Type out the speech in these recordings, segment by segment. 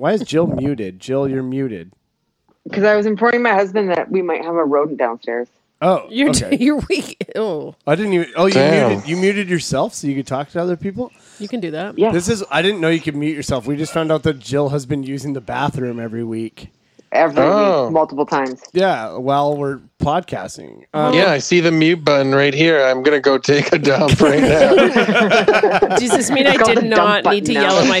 Why is Jill muted? Jill, you're muted. Because I was informing my husband that we might have a rodent downstairs. Oh, You're okay. you're weak. Oh, I didn't even. Oh, you Damn. muted. You muted yourself so you could talk to other people. you can do that. Yeah, This is. I didn't know you could mute yourself. We just found out that Jill has been using the bathroom every week. every Oh. week, multiple times. Yeah, while we're podcasting. Um, Yeah, I see the mute button right here. I'm gonna go take a dump right now. Does this mean I It's called did the dump not need button to now. yell at my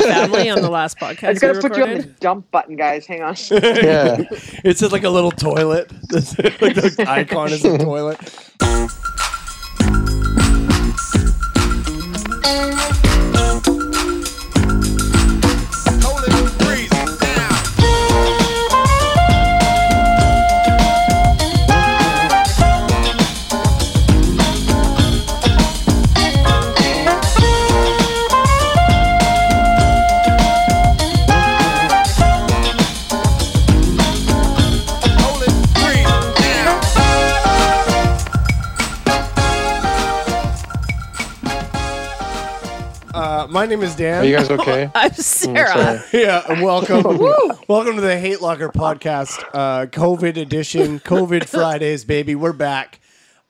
family on the last podcast? I just gotta we put you on the recorded? dump button, guys. Hang on. yeah. It's just like a little toilet. like the icon is a toilet. Uh, my name is Dan. Are you guys okay? I'm Sarah. yeah, and welcome. welcome to the Hate Locker podcast, uh, COVID edition, COVID Fridays, baby. We're back.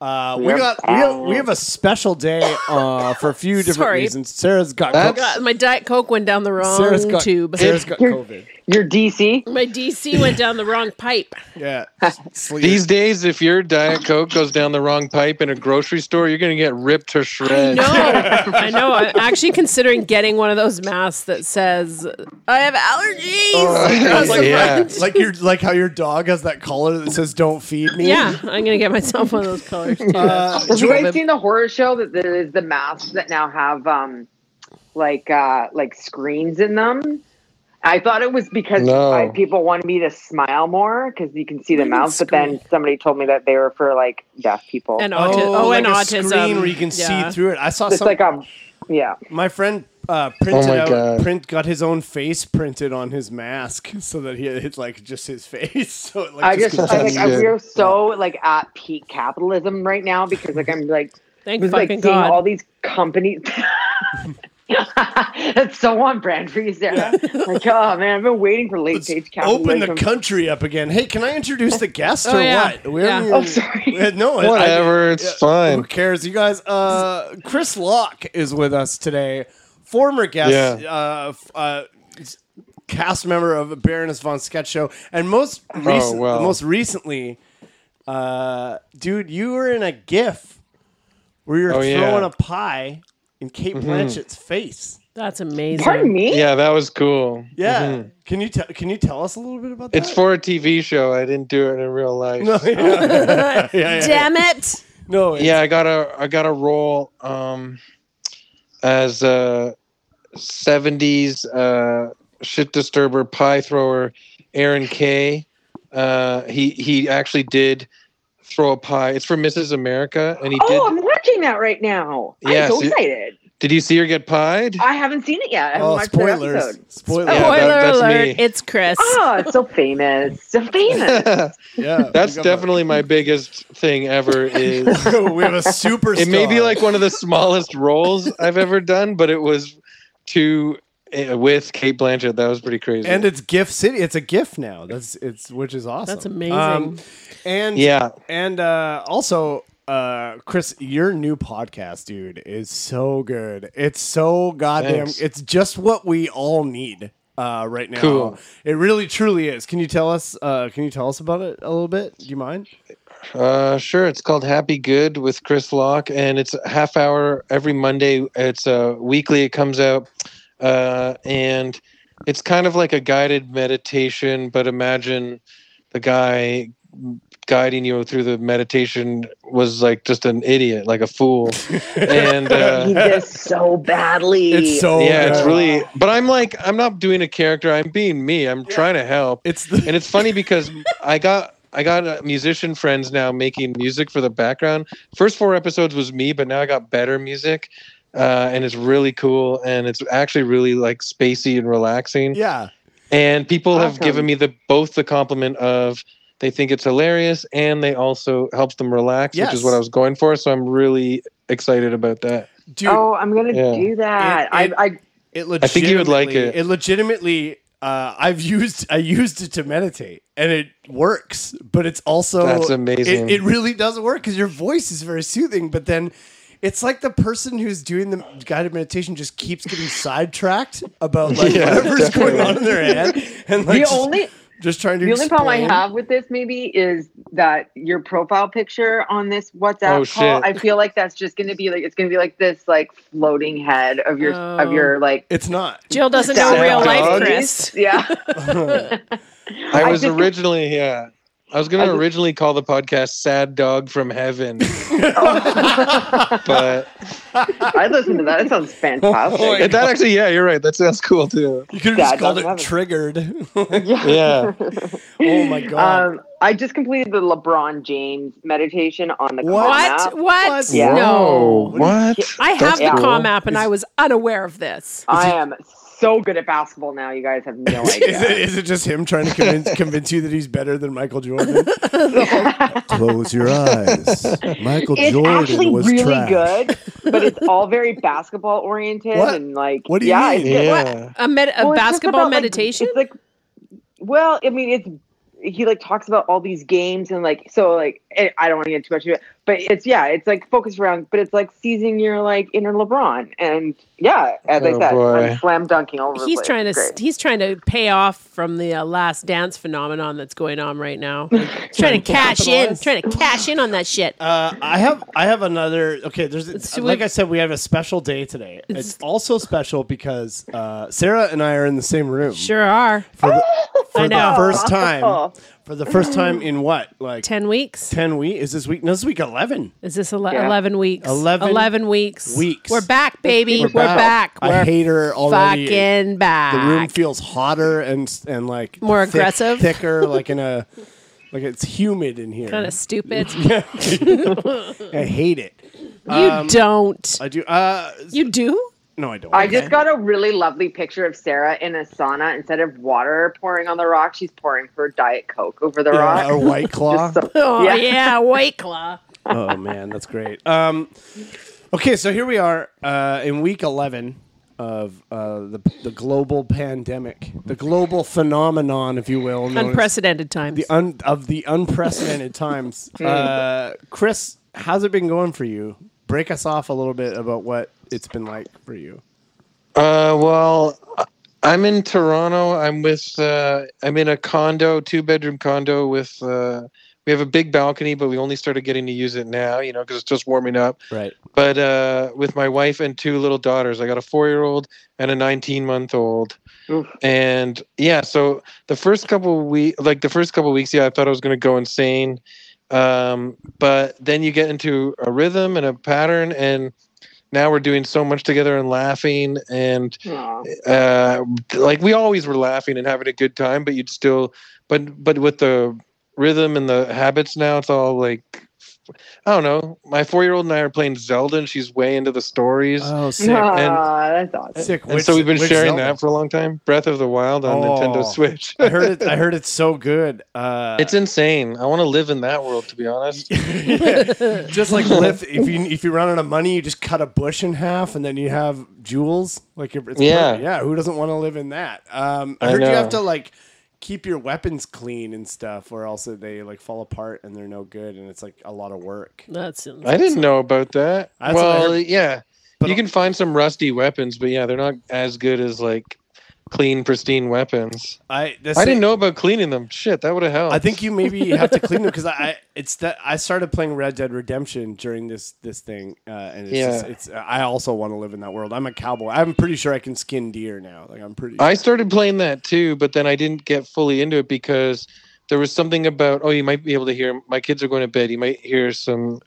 Uh, we We're got we have, we have a special day uh, for a few different Sorry. reasons. Sarah's got That's- co- God, my Diet Coke went down the wrong Sarah's got tube. Sarah's got COVID. Your DC. my DC went down the wrong pipe. Yeah, Sleep. These days, if your Diet Coke goes down the wrong pipe in a grocery store, you're gonna get ripped to shreds. No, I know. I'm actually considering getting one of those masks that says "I have allergies." Oh. across the yeah. front. like your like how your dog has that collar that says "Don't feed me." yeah, I'm gonna get myself one of those colors. Too. Uh, Have you Jordan- guys seen the horror show that there is the masks that now have um, like uh, like screens in them? I thought it was because No. I, people wanted me to smile more because you can see the mouth. But then somebody told me that they were for like deaf people. and auti- oh, like and a autism. screen where you can Yeah. see through it. I saw it's some, like a yeah. my friend uh, printed Oh my out God. print got his own face printed on his mask so that he it's like just his face. So it, like, I just I, continues. like I, good. we're so like at peak capitalism right now because like I'm like Thank was like fucking seeing God. all these companies. That's so on brand for you, Sarah. Like, oh man, I've been waiting for late stage capitalism. open the country up again. Hey, can I introduce the guest Oh, or yeah. what? We're- Yeah. Oh, sorry. Uh, No, I- I- Whatever, it's Who fine. cares, you guys? Uh, Chris Locke is with us today, former guest, Yeah. uh, f- uh, s- cast member of Baroness von Sketch Show, and most Oh, recent, wow. most recently, uh, dude, you were in a GIF where you're Oh, throwing yeah. Mm-hmm. a pie in Kate Blanchett's face. That's amazing. Pardon me. Yeah, that was cool. Yeah, can you tell? Can you tell us a little bit about that? Mm-hmm. It's for a TV show. I didn't do it in real life. no, yeah. yeah, yeah, yeah. Damn it! no, it's- yeah i got a i got a role um as a 70s uh shit disturber pie thrower aaron kay uh he he actually did throw a pie it's for mrs america and he Oh, did I'm watching that right now. Yeah, I'm so see- excited. did you see her get pied I haven't seen it yet. I haven't Oh, watched that spoilers! episode. Spoilers! Yeah, Spoiler that- that's alert! me. It's Chris. Oh, it's so famous. So famous. Yeah, that's we got definitely my biggest thing ever is a- we have a superstar. it may be like one of the smallest roles i've ever done but it was to eh, with kate blanchett that was pretty crazy and it's GIF City. It's a GIF now. That's it's which is awesome. Um, That's amazing. and yeah and uh, also uh, Chris, your new podcast, dude, is so good. It's so goddamn. Thanks. It's just what we all need uh, right now. Cool. It really truly is. Can you tell us? Uh, can you tell us about it a little bit? Do you mind? Uh, sure. It's called Happy Good with Chris Locke, and it's a half hour every Monday. It's uh, weekly. It comes out, uh, and it's kind of like a guided meditation. But imagine the guy guiding you through the meditation was like just an idiot, like a fool, and. Uh, he just so badly. It's so yeah, it's good. really. But I'm like, I'm not doing a character. I'm being me. I'm trying to help It's the and it's funny because I got I got uh, musician friends now making music for the background. First four episodes was me, but now I got better music, uh, and it's really cool. And it's actually really like spacey and relaxing. yeah. And people have Awesome. given me the both the compliment of they think it's hilarious, and they also helps them relax, which Yes. is what I was going for. So I'm really excited about that. Dude, oh, I'm gonna Yeah. do that. It- it- I, I It I think you would like legitimately- It legitimately uh, I've used I used it to meditate and it works, but it's also That's amazing. It, it really does work because your voice is very soothing, but then it's like the person who's doing the guided meditation just keeps getting sidetracked about like Yeah, whatever's going definitely. on in their head and like The just, only just trying to the only problem I explain. have with this maybe is that your profile picture on this WhatsApp call. Oh, shit. I feel like that's just going to be like it's going to be like this like floating head of your of Oh. your like It's not. Jill doesn't know Sad real dog. life, Chris. yeah. I I was just- originally, yeah. I was going I to just- originally call the podcast Sad Dog from Heaven, but I listened to that. That sounds fantastic. Oh, that actually, yeah, you're right. That sounds cool too. You could have just That called it doesn't have it. triggered. Yeah. oh my god. Um, I just completed the LeBron James meditation on the What? Calm What? app. What? Yeah. Whoa, No. What? I have That's the cool. com app and I was unaware of this. I am so good at basketball now. You guys have no Is it, idea. is it just him trying to convince, convince you that he's better than Michael Jordan? Close your eyes. Michael it's Oh, Jordan actually was really trash. good, but it's all very basketball oriented What? and like What do you yeah, mean? it's good. Yeah. A, med- a Well, it's just basketball about, like, meditation? it's like, well, I mean, it's he like talks about all these games and like so like eh, I don't want to get too much into it, but it's yeah, it's like focused around, but it's like seizing your like inner LeBron and yeah, as I Oh, said, boy. I'm slam dunking all over. the he's place. trying to It's great. he's trying to pay off from the uh, last dance phenomenon that's going on right now. He's trying to cash in, capitalize. trying to cash in on that shit. Uh, I have I have another okay. There's It's- like I said, we have a special day today. It's, also special because uh, Sarah and I are in the same room Sure are. for, the, for the I know. first Oh. time. For the first time in what like ten, Ten weeks. week? Is this week? No, this is week eleven. Is this ele- Yeah. eleven weeks? 11 weeks. weeks. We're back, baby. We're back. I We're hate her already. fucking back. the room feels hotter and and like Ah. More thick- aggressive? thicker, like in a like it's humid in here. kind of stupid. I hate it. Um, you don't. I do. Uh, You do? no, I don't. I just got a really lovely picture of Sarah in a sauna. Instead of water pouring on the rock, she's pouring her diet coke over the rock. Yeah, a white claw. So- Oh yeah, Yeah. White Claw. oh man, that's great. Um, okay, so here we are uh, in week eleven of uh, the the global pandemic, the global phenomenon, if you will, known as Unprecedented times. the un- of the unprecedented times. Uh, Chris, how's it been going for you? Break us off a little bit about what it's been like for you. Uh, well, I- I'm in Toronto. I'm with. Uh, I'm in a condo, two bedroom condo with. Uh, we have a big balcony, but we only started getting to use it now. You know, because it's just warming up. Right. But uh, with my wife and two little daughters, I got a four-year-old and a 19-month-old. Oof. And yeah, so the first couple week, like the first couple weeks, yeah, I thought I was going to go insane. Um, but then you get into a rhythm and a pattern, and now we're doing so much together and laughing and Aw. uh, like we always were laughing and having a good time, but you'd still, but but with the rhythm and the habits now, it's all like, I don't know. My four year old and I are playing Zelda, and she's way into the stories, Oh, sick. Aw, that's awesome. sick. and Which- so we've been which sharing Zelda? that for a long time. Breath of the Wild on Oh. Nintendo Switch. I heard it. I heard it's so good. Uh, it's insane. I want to live in that world, to be honest. just like lift. If you if you run out of money, you just cut a bush in half, and then you have jewels. Like if it's Yeah. perfect. yeah. Who doesn't want to live in that? Um, I I heard you know. have to like keep your weapons clean and stuff, or else they like fall apart and they're no good, and it's like a lot of work. That's sounds. I didn't know about that. That's what I well, heard. yeah, But- you can find some rusty weapons, but yeah, they're not as good as like clean, pristine weapons. I I didn't know about cleaning them. Shit, that would have helped. I think you maybe have to clean them because I, I it's that I started playing Red Dead Redemption during this this thing, uh, and it's Yeah. just, it's I also want to live in that world. I'm a cowboy. I'm pretty sure I can skin deer now. Like I'm pretty. I started playing that too, but then I didn't get fully into it because there was something about oh, you might be able to hear my kids are going to bed. You might hear some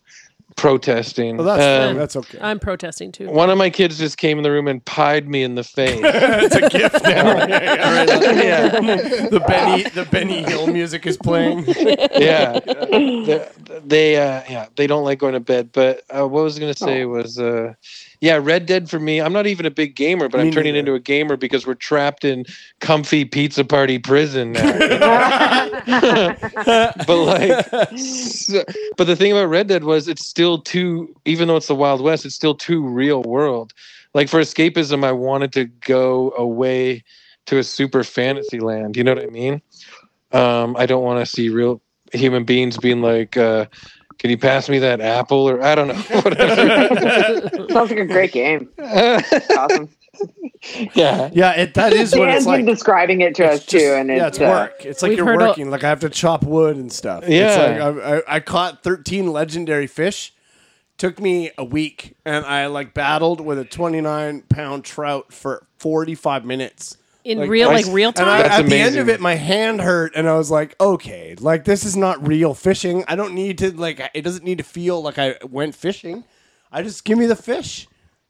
protesting. well, that's Um, that's okay. I'm protesting too. one of my kids just came in the room and pied me in the face. it's a gift now. yeah, the Benny the Benny Hill music is playing. yeah. The- they uh, yeah they don't like going to bed. But uh, what I was gonna Oh. say was uh, yeah, Red Dead for me. I'm not even a big gamer, but Me I'm turning neither. into a gamer because we're trapped in comfy pizza party prison now. but like, s- but the thing about Red Dead was it's still too, even though it's the Wild West, it's still too real world. Like for escapism, I wanted to go away to a super fantasy land. You know what I mean? Um, I don't want to see real human beings being like, uh, "Can you pass me that apple?" Or I don't know. Whatever. Sounds like a great game. It's awesome. yeah. Yeah, it, that is what it's Dan's like. been describing it to us Just- too, and it's, yeah, it's uh, work. It's like We've you're heard a- working. like I have to chop wood and stuff. It's Yeah. like I, I, I caught 13 legendary fish. Took me a week, and I like battled with a 29 pound trout for 45 minutes. in Like, real I- like real And I, time. That's at the end amazing. of it, my hand hurt, and I was like, "Okay, like this is not real fishing. I don't need to like. It doesn't need to feel like I went fishing. I just give me the fish."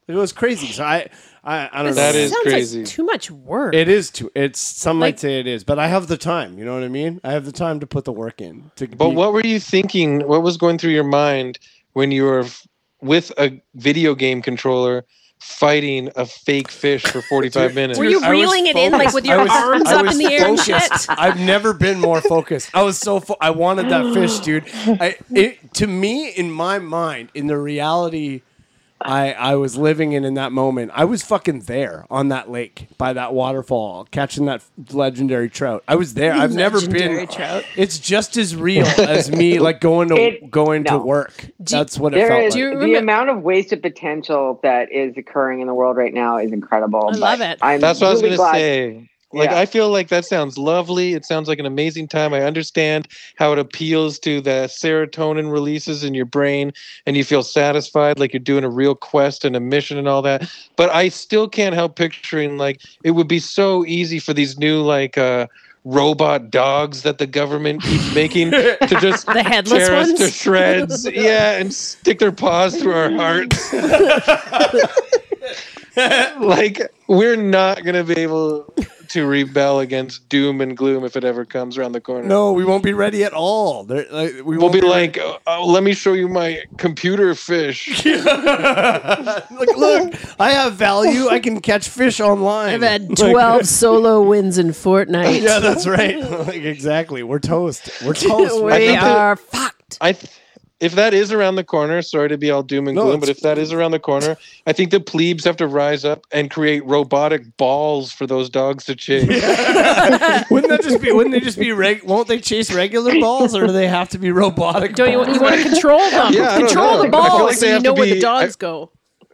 It was crazy. So I, I, I don't know. That is sounds crazy. Like too much work. It is too. It's some Like- might say it is, but I have the time. You know what I mean? I have the time to put the work in. To But be- what were you thinking? What was going through your mind when you were f- with a video game controller fighting a fake fish for 45 minutes? Were you I was reeling it in like focused. with your I was- arms I up was in the air and focused. shit? I've never been more focused. I was so fo- I wanted that fish, dude. I, it, to me, in my mind, in the reality I I was living in in that moment, I was fucking there on that lake by that waterfall, catching that legendary trout. I was there. I've never been. Legendary trout. It's just as real as me, like going to It- going no. to work. That's what it There felt is like. you the remember- amount of wasted potential that is occurring in the world right now is incredible. I love but it. I'm That's what I was really going to glad- say. Like, Yeah. I feel like that sounds lovely. It sounds like an amazing time. I understand how it appeals to the serotonin releases in your brain, and you feel satisfied, like you're doing a real quest and a mission and all that. But I still can't help picturing, like, it would be so easy for these new, like, uh, robot dogs that the government keeps making to just The headless tear us to ones. shreds. yeah, and stick their paws through our hearts. like we're not gonna be able to rebel against doom and gloom if it ever comes around the corner. No, we won't be ready at all. There, like, we We'll won't be ready. like, oh, oh, let me show you my computer fish. look, look, I have value. I can catch fish online. I've had Like- twelve solo wins in Fortnite. yeah, that's right. like, exactly. We're toast. We're toast. we man. think that- are fucked. I, th- if that is around the corner, sorry to be all doom and No, gloom, it's- but if that is around the corner, I think the plebes have to rise up and create robotic balls for those dogs to chase. wouldn't that just be? Wouldn't they just be? Reg- won't they chase regular balls, or do they have to be robotic? Don't you, balls? you want to control them? Yeah, I don't control know. the I feel balls like so they you have know to where the be- dogs go.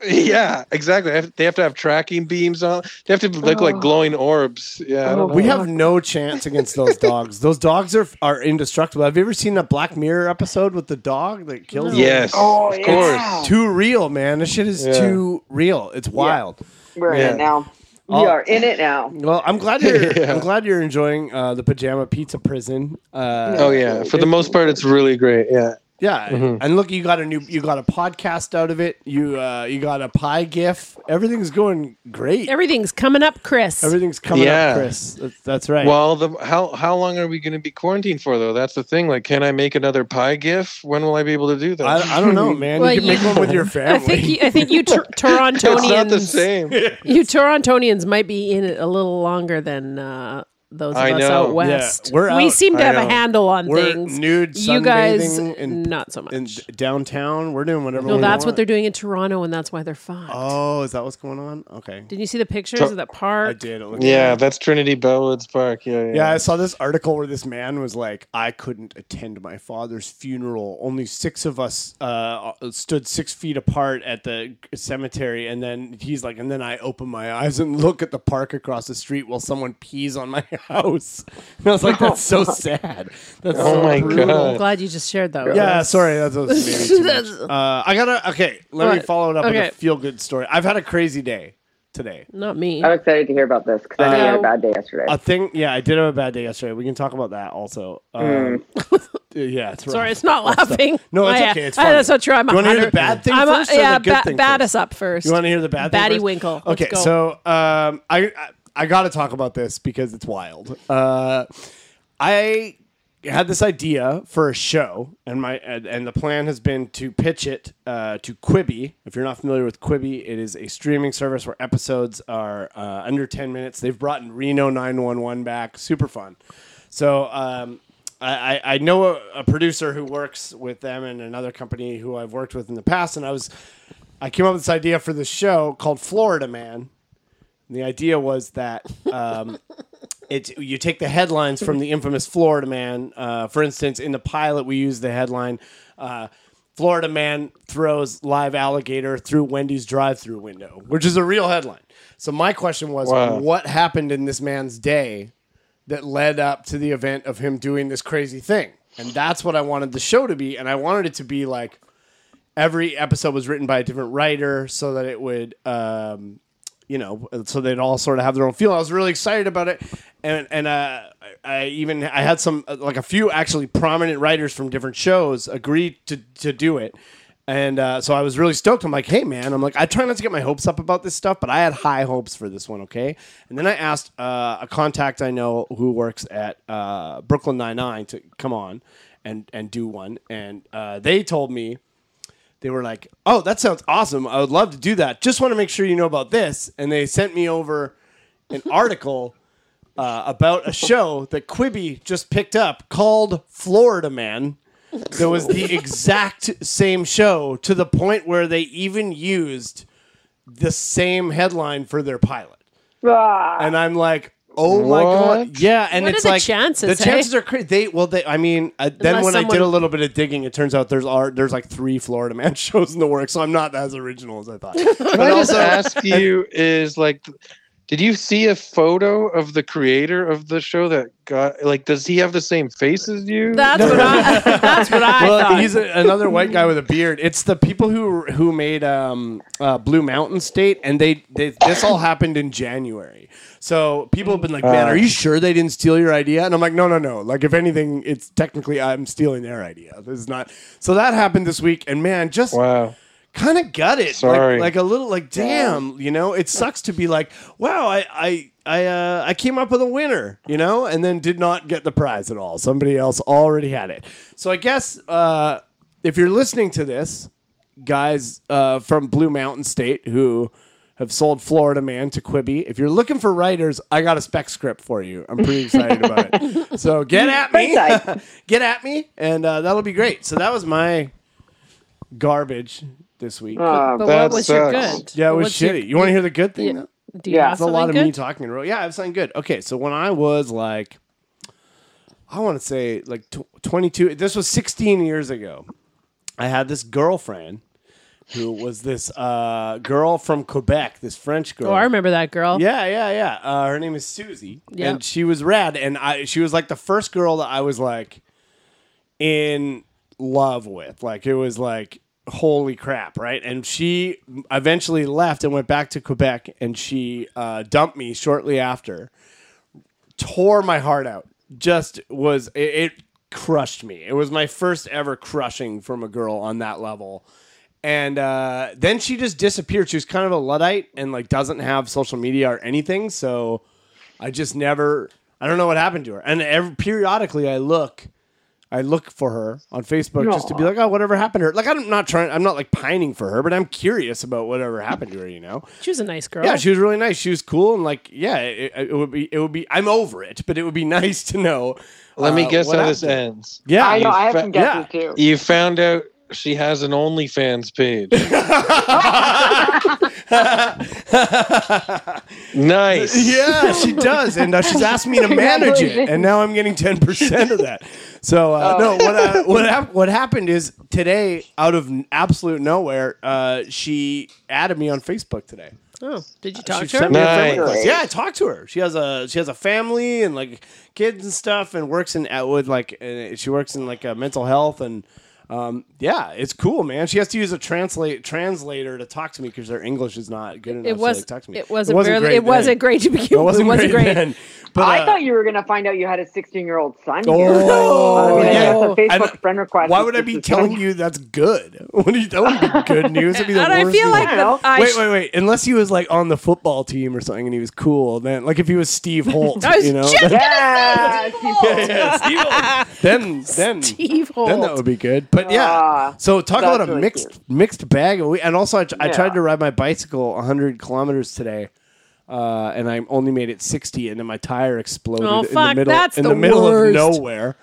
Yeah, exactly. They have- They have to have tracking beams on. They have to look Oh. like glowing orbs. Yeah, I don't know. We have no chance against those dogs. Those dogs are are indestructible. Have you ever seen that Black Mirror episode with the dog that kills? them? Yes, Oh, of yeah. course. Too real, man. This shit is Yeah. too real. It's wild. We're Yeah. in it now. We All- are in it now. Well, I'm glad you're. Yeah. I'm glad you're enjoying uh, the pajama pizza prison. Uh, Oh yeah, for the most part, it's really great. Yeah, yeah, Mm-hmm. and look, you got a new. You got a podcast out of it. You uh, you got a pie gif. Everything's going great. Everything's coming up, Chris. Everything's coming Yeah. up, Chris. That's, that's right. Well, the how how long are we going to be quarantined for though? That's the thing. Like, can I make another pie gif? When will I be able to do that? I, I don't know, man. Well, you can you- make one with your I family. think you, I think you Tor- it's not the Torontonians, same. you Torontonians might be in it a little longer than uh, those of I us know. out west. Yeah, we're we out- seem to I have know. a handle on We're things. nude you guys, sunbathing and- not so much. in downtown, we're doing whatever. no, we that's what want. they're doing in Toronto, and that's why they're fucked. Oh, is that what's going on? Okay, Did you see the pictures Tor- of that I park? did. It looked Yeah, that's Trinity Bellwoods Park. Yeah, yeah. Yeah, I saw this article where this man was like, "I couldn't attend my father's funeral. Only six of us uh, stood six feet apart at the cemetery." And then he's like, "And then I open my eyes and look at the park across the street while someone pees on my house." And I was like, "That's so sad. That's Oh so my brutal. God. I'm glad you just shared that. with Yeah, us. sorry, that was maybe too much. That's- Uh, I gotta okay. Let me What? follow it up with Okay. a feel good story. I've had a crazy day today. Not me. I'm excited to hear about this because I know you had Uh, a bad day yesterday. A thing, yeah, I did have a bad day yesterday. We can talk about that also. Um, yeah, it's rough. Mm. Sorry, it's not laughing. No, it's I- okay, it's I- funny. That's not true. I'm You wanna hear the 100 bad thing I'm a- first or the yeah, good thing bat first? us up first. You want to hear the bad Batty thing? first? Winkle. Let's Okay, go. so um, I I, I got to talk about this because it's wild. Uh, I had this idea for a show, and my and, and the plan has been to pitch it uh, to Quibi. If you're not familiar with Quibi, it is a streaming service where episodes are uh, under 10 minutes. They've brought in Reno 911 back, super fun. So um, I, I- I know a, a producer who works with them and another company who I've worked with in the past, and I was I came up with this idea for this show called Florida Man And the idea was that um, it's you take the headlines from the infamous Florida Man. Uh, for instance, in the pilot, we use the headline. Uh, Florida man throws live alligator through Wendy's drive-through window, which is a real headline. So my question was, Wow. what happened in this man's day that led up to the event of him doing this crazy thing? And that's what I wanted the show to be, and I wanted it to be like every episode was written by a different writer, so that it would, um, you know, so they'd all sort of have their own feel. I was really excited about it, and and uh, I, I even I had some uh, like a few actually prominent writers from different shows agree to to do it. And uh, so I was really stoked. I'm like, hey, man. I'm like, I try not to get my hopes up about this stuff, but I had high hopes for this one, okay? And then I asked uh, a contact I know who works at uh, Brooklyn Nine-Nine to come on and, and do one. And uh, they told me, they were like, oh, that sounds awesome. I would love to do that. Just want to make sure you know about this. And they sent me over an article uh, about a show that Quibi just picked up called Florida Man. That was the exact same show to the point where they even used the same headline for their pilot. Ah. And I'm like, oh my god, What? yeah. And What are it's the like chances, eh? The hey? chances are crazy. They well, they. I mean, uh, then Unless when I did a someone- little bit of digging, it turns out there's are there's like three Florida Man shows in the works. So I'm not as original as I thought. Can I just ask you is like did you see a photo of the creator of the show that got like does he have the same face as you? That's what I. That's what I well, thought. he's a, another white guy with a beard. It's the people who who made um, uh, Blue Mountain State, and they, they this all happened in January. So people have been like, "Man, Uh. are you sure they didn't steal your idea?" And I'm like, "No, no, no. Like, if anything, it's technically I'm stealing their idea. This is not." So that happened this week, and man, just Wow. kind of gutted. Sorry. Like, like a little like damn, you know, it sucks to be like, wow, I I I uh, I came up with a winner, you know, and then did not get the prize at all. Somebody else already had it. So I guess uh, if you're listening to this, guys uh, from Blue Mountain State who have sold Florida Man to Quibi. If you're looking for writers, I got a spec script for you. I'm pretty excited about it. So get at me, Perfect. get at me, and uh, that'll be great. So that was my garbage this week. Um, but That what was your good? sucks. Yeah, it was What's your- shitty. you want to hear the good thing? Yeah. though? do you Yeah. have That's a lot something of good? me talking in a row. Yeah, I have something good. Okay, so when I was like, I want to say like tw- 22, this was 16 years ago. I had this girlfriend who was this uh, girl from Quebec, this French girl. Oh, I remember that girl. Yeah, yeah, yeah. Uh, her name is Susie, Yeah. and she was rad. And I, she was like the first girl that I was like in love with. Like it was like holy crap, right? And she eventually left and went back to Quebec, and she uh, dumped me shortly after. Tore my heart out. Just was it, it crushed me. It was my first ever crushing from a girl on that level and uh, then she just disappeared. She was kind of a luddite and like doesn't have social media or anything. So I just never. I don't know what happened to her. And every, periodically, I look, I look for her on Facebook just to be Aw. like, oh, whatever happened to her. Like I'm not trying. I'm not like pining for her, but I'm curious about whatever happened to her. You know. She was a nice girl. Yeah, she was really nice. She was cool and like, yeah, it, it would be, it would be. I'm over it, but it would be nice to know. Let me uh, guess what how this happened. ends. Yeah, I know. I have fa- some guesses too. You found out she has an OnlyFans page. nice. Yeah, she does, and uh, she's asked me to manage it, and now I'm getting ten percent of that. So uh, Oh. no, what uh, what hap- what happened is today, out of n- absolute nowhere, uh, she added me on Facebook today. Oh, did you talk She to her? sent me a friend Nice. request. Yeah, I talked to her. She has a she has a family and like kids and stuff, and works in Atwood. Like uh, she works in like uh, mental health and. Um, yeah, it's cool, man. She has to use a translate translator to talk to me because their English is not good enough. It so was. they talk to me. It wasn't. wasn't barely- great it then. wasn't great to begin. It wasn't, with. It wasn't great, great. then, But, I uh, thought you were going to find out you had a 16 year old son. Oh, here. yeah. That's a Facebook And friend request. why would I be telling you that's good? What are you, that would be good news. It'd be the and I worst feel news. like I don't know. the, I wait, sh- wait, wait. Unless he was like on the football team or something, and he was cool. Then, like if he was Steve Holt, I was you know, just then, Yeah, she's- yeah, Steve Holt. then, then, Steve Holt. then that would be good. But yeah, Ah, so talk that's about a really mixed mixed bag. of we- And also, I, tr- I Yeah. tried to ride my bicycle 100 kilometers today. Uh, and I only made it 60, and then my tire exploded Oh, in the fuck, middle that's in the the, middle worst. of nowhere.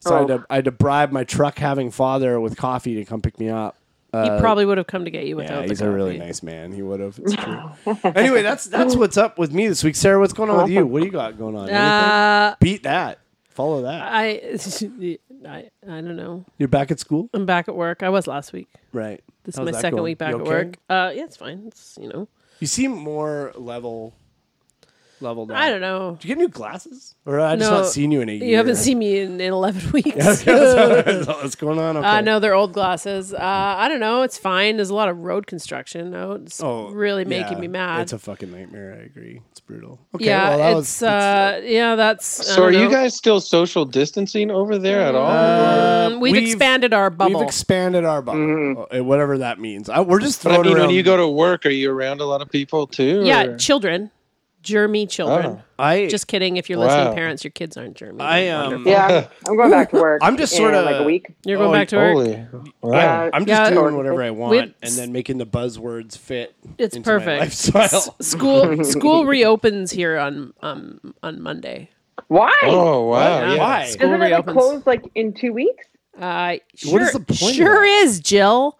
So I, had Oh. to, I had to bribe my truck having father with coffee to come pick me up. he probably would have come to get you without Yeah, the he's a really coffee. nice man. He would have. It's true. anyway, that's that's what's up with me this week, Sarah. What's going on with you? What do you got going on? Anything? Uh, Beat that. Follow that. I, I, I don't know. You're back at school, I'm back at work. I was last week. right? This How's is my that second going? week back You at okay? work. Uh, yeah, it's fine. It's you know, You seem more level, leveled. I out. don't know. Did you get new glasses? Or I just No, not seen you in a year. You haven't seen me in, in 11 weeks. What's going on? Okay. Uh, no, they're old glasses. Uh, I don't know. It's fine. There's a lot of road construction. No, it's really making Oh, yeah. me mad. It's a fucking nightmare. I agree. It's brutal. Okay, yeah, well, that it's, was, uh, yeah, that's. So are Uh-huh. you guys still social distancing over there at Uh, all? guys? uh, Um, We've, we've- expanded our bubble. We've expanded our bubble, Uh, whatever that means. I, we're just Mm-hmm. but I throwing mean, around. when you go to work, are you around a lot of people too? yeah, or- children, germy children. Oh. I Just kidding. If you're Wow. listening, parents, your kids aren't germy. I They're um, wonderful. Yeah, I'm- I'm going back to work. I'm just in, sorta- like a week. Uh, You're going oh, back to work. Holy. Wow. Yeah. I'm just Yeah. doing whatever I want We've- and then making the buzzwords fit. It's into my perfect. lifestyle. S- School school reopens here on um on Monday. Why? Oh wow! What? Yeah. Why? School Doesn't it like reopens. close like in two weeks? Uh, sure, What is the point of Sure is, Jill.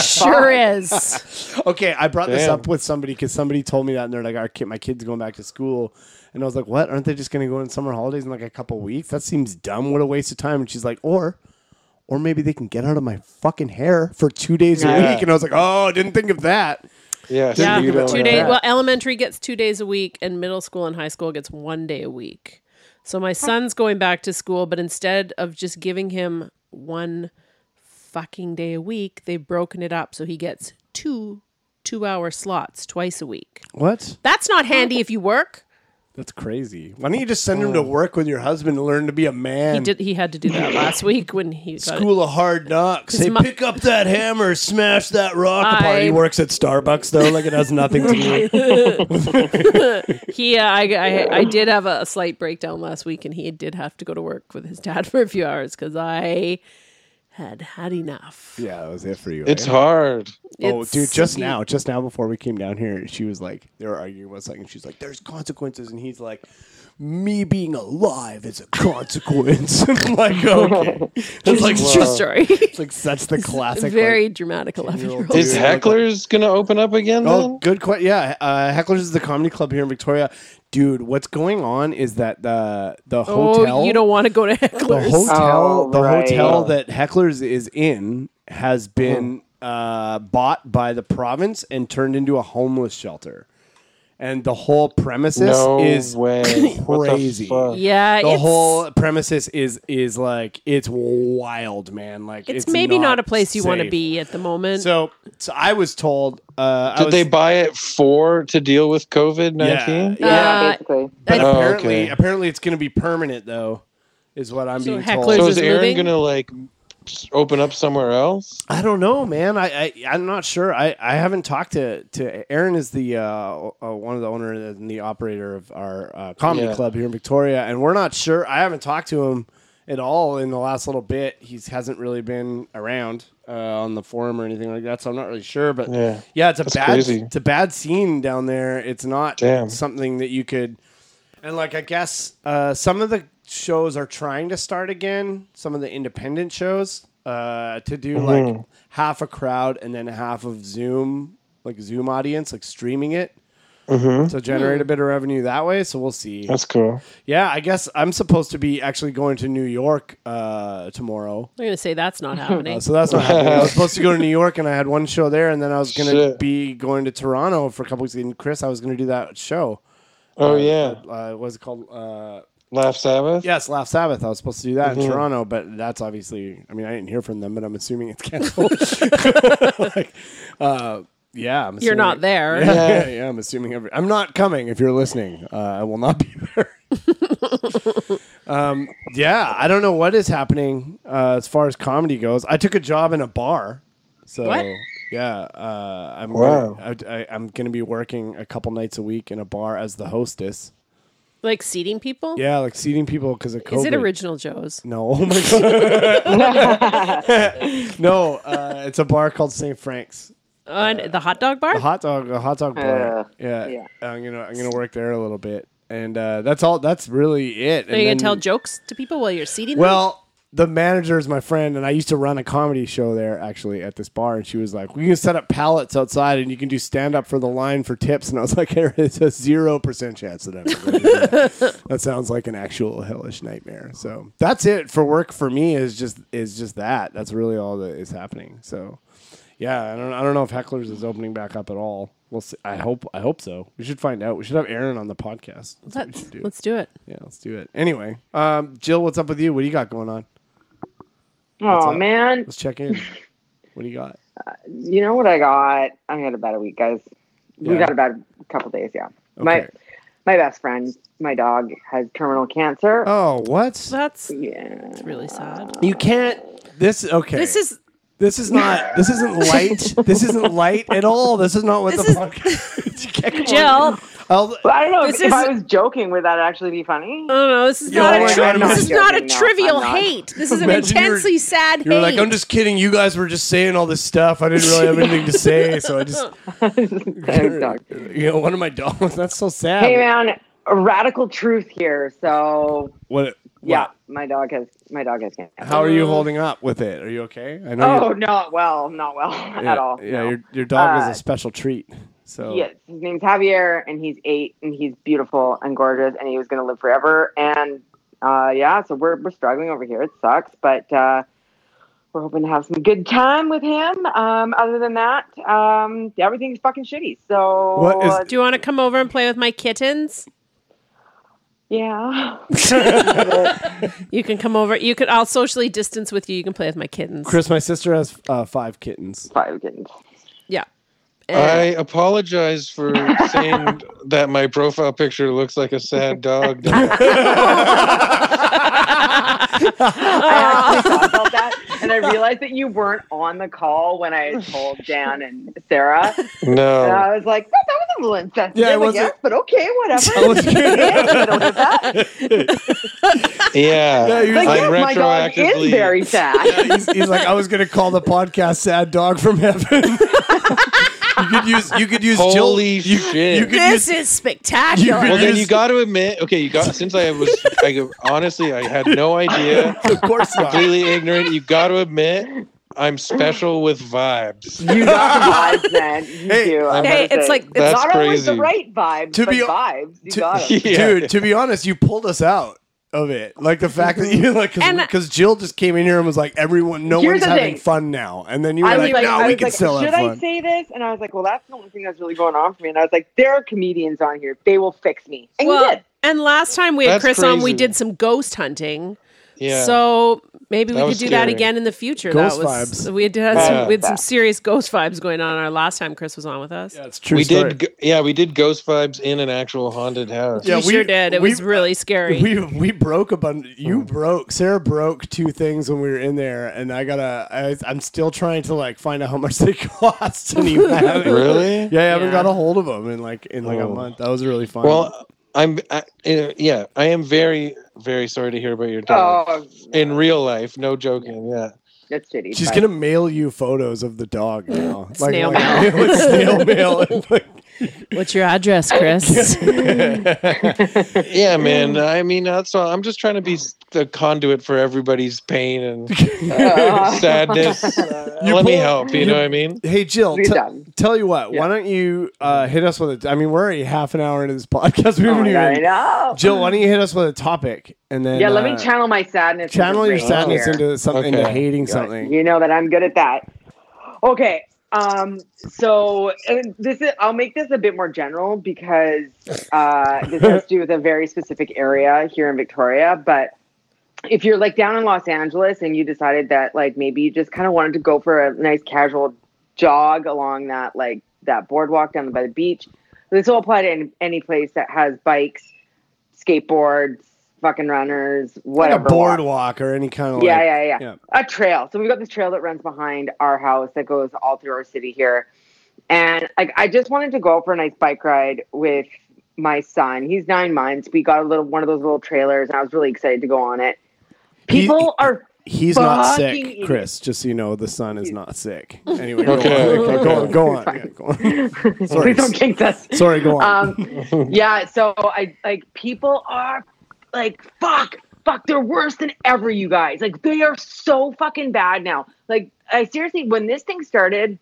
sure is. Okay, I brought this Damn. up with somebody because somebody told me that, and they're like, "Our kid, my kid's going back to school," and I was like, "What? Aren't they just going to go on summer holidays in like a couple weeks? That seems dumb. What a waste of time." And she's like, "Or, or maybe they can get out of my fucking hair for two days a Yeah. week." And I was like, "Oh, I didn't think of that." Yeah, so Yeah, you don't two know days. that. Well, elementary gets two days a week, and middle school and high school gets one day a week. So my son's going back to school, but instead of just giving him one fucking day a week, they've broken it up so he gets two two-hour slots twice a week. What? That's not handy if you work. That's crazy. Why don't you just send him Oh. to work with your husband to learn to be a man? He did. He had to do that last week when he got School of hard knocks. Hey, mu- pick up that hammer, smash that rock apart. He I- works at Starbucks though, like it has nothing to do. He, uh, I, I, I did have a slight breakdown last week, and he did have to go to work with his dad for a few hours because I had had enough. Yeah, it was it for you. It's eh? hard. Oh, It's- dude, just he- now, just now before we came down here, she was like, they were arguing one second. She's like, there's consequences. And he's like, me being alive is a consequence. I'm like, okay. It's like, True story. it's like, that's the classic. Very like, dramatic. Eleven year Dude, Is look old. at- Heckler's gonna open up again? Oh, Then? good question. Yeah, uh, Heckler's is the comedy club here in Victoria. Dude, what's going on is that the the hotel Oh, you don't want to go to the Heckler's. hotel Oh, the right. hotel that Heckler's is in Uh-huh. has been uh, bought by the province and turned into a homeless shelter. And the whole premises no is way. What the crazy. fuck? yeah, the it's, whole premises is is like it's wild, man. Like It's, maybe not, a place you want to safe. be at the moment. So, so I was told. Uh, I Did was- they buy it for to deal with COVID nineteen? Yeah. Yeah, Uh, basically. But Oh, apparently, okay. apparently, it's going to be permanent, though, is what I'm So being Heckler's told. So Is is it Aaron moving? gonna like s- open up somewhere else? I don't know, man. I, I I'm not sure. I, I haven't talked to to Aaron is the uh, uh one of the owner and the operator of our uh, comedy Yeah. club here in Victoria, and we're not sure. I haven't talked to him at all in the last little bit. He hasn't really been around uh, on the forum or anything like that, so I'm not really sure. But Yeah. yeah, it's a That's bad crazy. it's a bad scene down there. It's not Damn. something that you could. And like I guess uh, some of the shows are trying to start again. Some of the independent shows uh, to do like half a crowd and then half of Zoom, like Zoom audience, like streaming it. So generate a bit of revenue that way. So we'll see. That's cool. Yeah, I guess I'm supposed to be actually going to New York uh, tomorrow. I'm gonna say that's not Uh, happening. so that's not happening. I was supposed to go to New York, and I had one show there, and then I was going to Shit. be going to Toronto for a couple weeks. And Chris, I was going to do that show. Oh yeah, Uh, what was it called? Uh, Laugh Sabbath. Yes, Laugh Sabbath. I was supposed to do that in Toronto, but that's obviously. I mean, I didn't hear from them, but I'm assuming it's canceled. like, uh, yeah, I'm You're assuming- not there. Yeah, yeah, yeah, I'm assuming every. I'm not coming. If you're listening, uh, I will not be there. um, yeah, I don't know what is happening uh, as far as comedy goes. I took a job in a bar, so What? yeah, uh, I'm Wow. gonna, I, I, I'm going to be working a couple nights a week in a bar as the hostess. Like seating people. Yeah, like seating people because of COVID. Is it original Joe's? No, oh my god. no, uh, it's a bar called St. Frank's. On the hot dog bar? A hot dog, a hot dog bar. Uh, yeah, yeah. I'm gonna I'm gonna work there a little bit, and uh, that's all. That's really it. Are And you then- gonna tell jokes to people while you're seating them? Well, the manager is my friend, and I used to run a comedy show there actually at this bar. And she was like, "We can set up pallets outside, and you can do stand up for the line for tips." And I was like, "There is a zero percent chance that I'm." Gonna do that. that sounds like an actual hellish nightmare. So that's it for work for me. Is just is just that. That's really all that is happening. So yeah, I don't I don't know if Hecklers is opening back up at all. We'll see. I hope I hope so. We should find out. We should have Aaron on the podcast. That's what we Let's should do. let's do it. Yeah, let's do it. Anyway, um, Jill, what's up with you? What do you got going on? Oh up? man, Let's check in. What do you got? you know what I got? I had about a week, guys. We Yeah. got about a couple days. Yeah, my Okay. my best friend, my dog, has terminal cancer. Oh, what? That's Yeah, it's really sad. You can't. This okay. This is this is not. This isn't light. this isn't light at all. This is not what This the is- podcast. You can't come on. Jill. I'll- Well, I don't know if, This if I is- was joking. Would that actually be funny? Oh no, this is Yo, not oh a my tri- God, I'm this is not not a joking. No, trivial I'm not. hate. This is an Imagine you're- intensely sad You're hate. like, I'm just kidding. You guys were just saying all this stuff. I didn't really have anything to say, so I just, Thanks, dog. you know, one of my dogs. That's so sad. Hey man, a radical truth here. So What? yeah, what- my dog has my dog has cancer. How are you holding up with it? Are you okay? I know. Oh, you're- not well, not well yeah, at all. Yeah, no. your your dog is Uh, a special treat. So Yes, his name's Javier, and he's eight, and he's beautiful and gorgeous, and he was going to live forever. And uh, yeah, so we're we're struggling over here. It sucks, but uh, we're hoping to have some good time with him. Um, other than that, um, everything's fucking shitty. So What is- uh, Do you want to come over and play with my kittens? yeah, You can come over. You could. I'll socially distance with you. You can play with my kittens. Chris, my sister has uh, five kittens. five kittens. Yeah. I apologize for saying that my profile picture looks like a sad dog. I actually thought about that, and I realized that you weren't on the call when I told Dan and Sarah. And No. I was like, that, that was a little insensitive, Oh. Yeah, it I wasn't- guess, but okay, whatever. I was kidding. Yeah, I don't get that. Yeah, Yeah. you're- Like, I'm yes, my dog is retroactively- very sad. he's, he's like, I was gonna call the podcast "Sad Dog from Heaven." you could use, you could use Jill. Holy You, shit. you could This use, is spectacular. You well, then is- you got to admit, okay, you got since I was, I honestly, I had no idea, of course not. completely ignorant. You got to admit, I'm special with vibes. You got the vibes, man. You Hey, do. I Hey, gotta it's say. like- it's not That's always the crazy. right vibes, To but be- vibes. You to- got it. Yeah. Dude, to be honest, you pulled us out of it. Like the fact that you like And- because Jill just came in here and was like, "Everyone, no Here's one's the having thing. fun now," and then you were I was like, like, "No, I we was can like, still should have I fun." say this? And I was like, well, that's the only thing that's really going on for me. And I was like, there are comedians on here. They will fix me. And you well, did. and last time we had That's Chris on, we crazy. did some ghost hunting. Yeah. So maybe we That could was do that scary. again in the future. Ghost that was vibes. we had, had Yeah. some, we had some serious ghost vibes going on our last time Chris was on with us. it's true. we did, g- yeah, we did ghost vibes in an actual haunted house. Yeah, we, we- sure did. It we- was really scary. We we broke a bunch. You broke. Sarah broke two things when we were in there, and I gotta. I, I'm still trying to like find out how much they cost. And you haven't- Really? Yeah, I haven't Yeah. got a hold of them in like in like a Oh. month. That was really fun. Well, I'm, I, uh, yeah, I am very, very sorry to hear about your dog. Oh, In real life, no joking. Yeah. that's shitty. she's But- gonna mail you photos of the dog now. Snail mail. with snail mail. And like, What's your address, Chris? Yeah, man. I mean, that's all. I'm just trying to be s- the conduit for everybody's pain and Uh, sadness. You Let me pull- help. You know what I mean? hey Jill, Be t- done. tell you what. Why don't you uh, hit us with a? I mean, we're already half an hour into this podcast. We oh haven't my God, I even. know. Jill, why don't you hit us with a topic and then? yeah, let me uh, channel my sadness. into channel your rage sadness here. into something into Okay. hating Good. something You know that I'm good at that. Okay. Um, so and this is I'll make this a bit more general because uh, this has to do with a very specific area here in Victoria. But if you're like down in Los Angeles and you decided that like maybe you just kind of wanted to go for a nice casual jog along that like that boardwalk down by the beach, this will apply to any, any place that has bikes, skateboards, fucking runners, like a whatever. walk boardwalk or any kind of yeah, like, yeah, yeah, yeah. A trail. So we've got this trail that runs behind our house that goes all through our city here. And like I just wanted to go out for a nice bike ride with my son. He's nine months. We got a little one of those little trailers and I was really excited to go on it. He- People are he's not Fucking sick idiot. chris just so you know the sun is not sick anyway Okay, go on, go on, okay. go on. Yeah, go on. Sorry. please don't kink us. sorry go on Um yeah, so I like people are like fuck fuck, they're worse than ever, you guys. Like they are so fucking bad now. Like I seriously, when this thing started,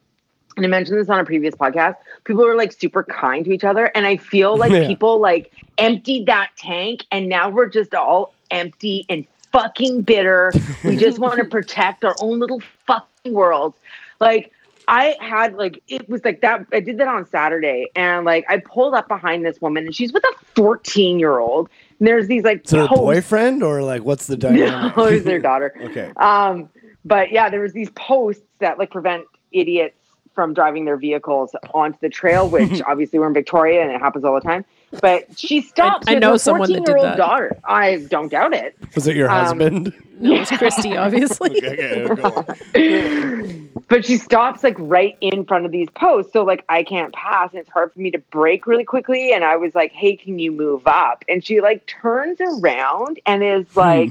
and I mentioned this on a previous podcast, people were like super kind to each other. And I feel like Yeah. people like emptied that tank and now we're just all empty and fucking bitter. we just want to protect our own little fucking world. Like I had like it was like that I did that on Saturday and like I pulled up behind this woman and she's with a 14 year old. And there's these like Is it her posts- boyfriend or like what's the no, dynamic? it was their daughter. okay. Um, but yeah, there was these posts that like prevent idiots from driving their vehicles onto the trail, which obviously we're in Victoria and it happens all the time. But she stopped. I She has know a someone that did 14-year-old that. Daughter. I don't doubt it. Was it your Um, husband? No, it's Christy, obviously. Okay, okay, go on. but she stops like right in front of these posts so like i can't pass and it's hard for me to break really quickly and i was like hey can you move up and she like turns around and is like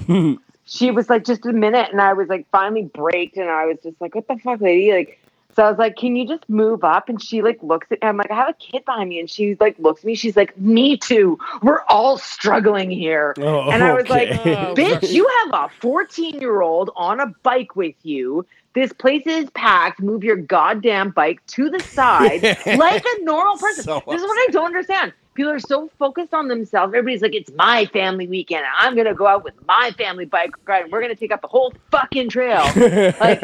she was like just a minute and i was like finally braked and i was just like what the fuck lady like so i was like can you just move up and she like looks at i'm like i have a kid behind me and she like looks at me she's like me too we're all struggling here Oh, and i was like okay. Oh, bitch, you have a 14 year old on a bike with you. This place is packed. Move your goddamn bike to the side like a normal person. So this is what I don't understand. People are so focused on themselves. Everybody's like, it's my family weekend. I'm going to go out with my family bike ride. We're going to take up the whole fucking trail like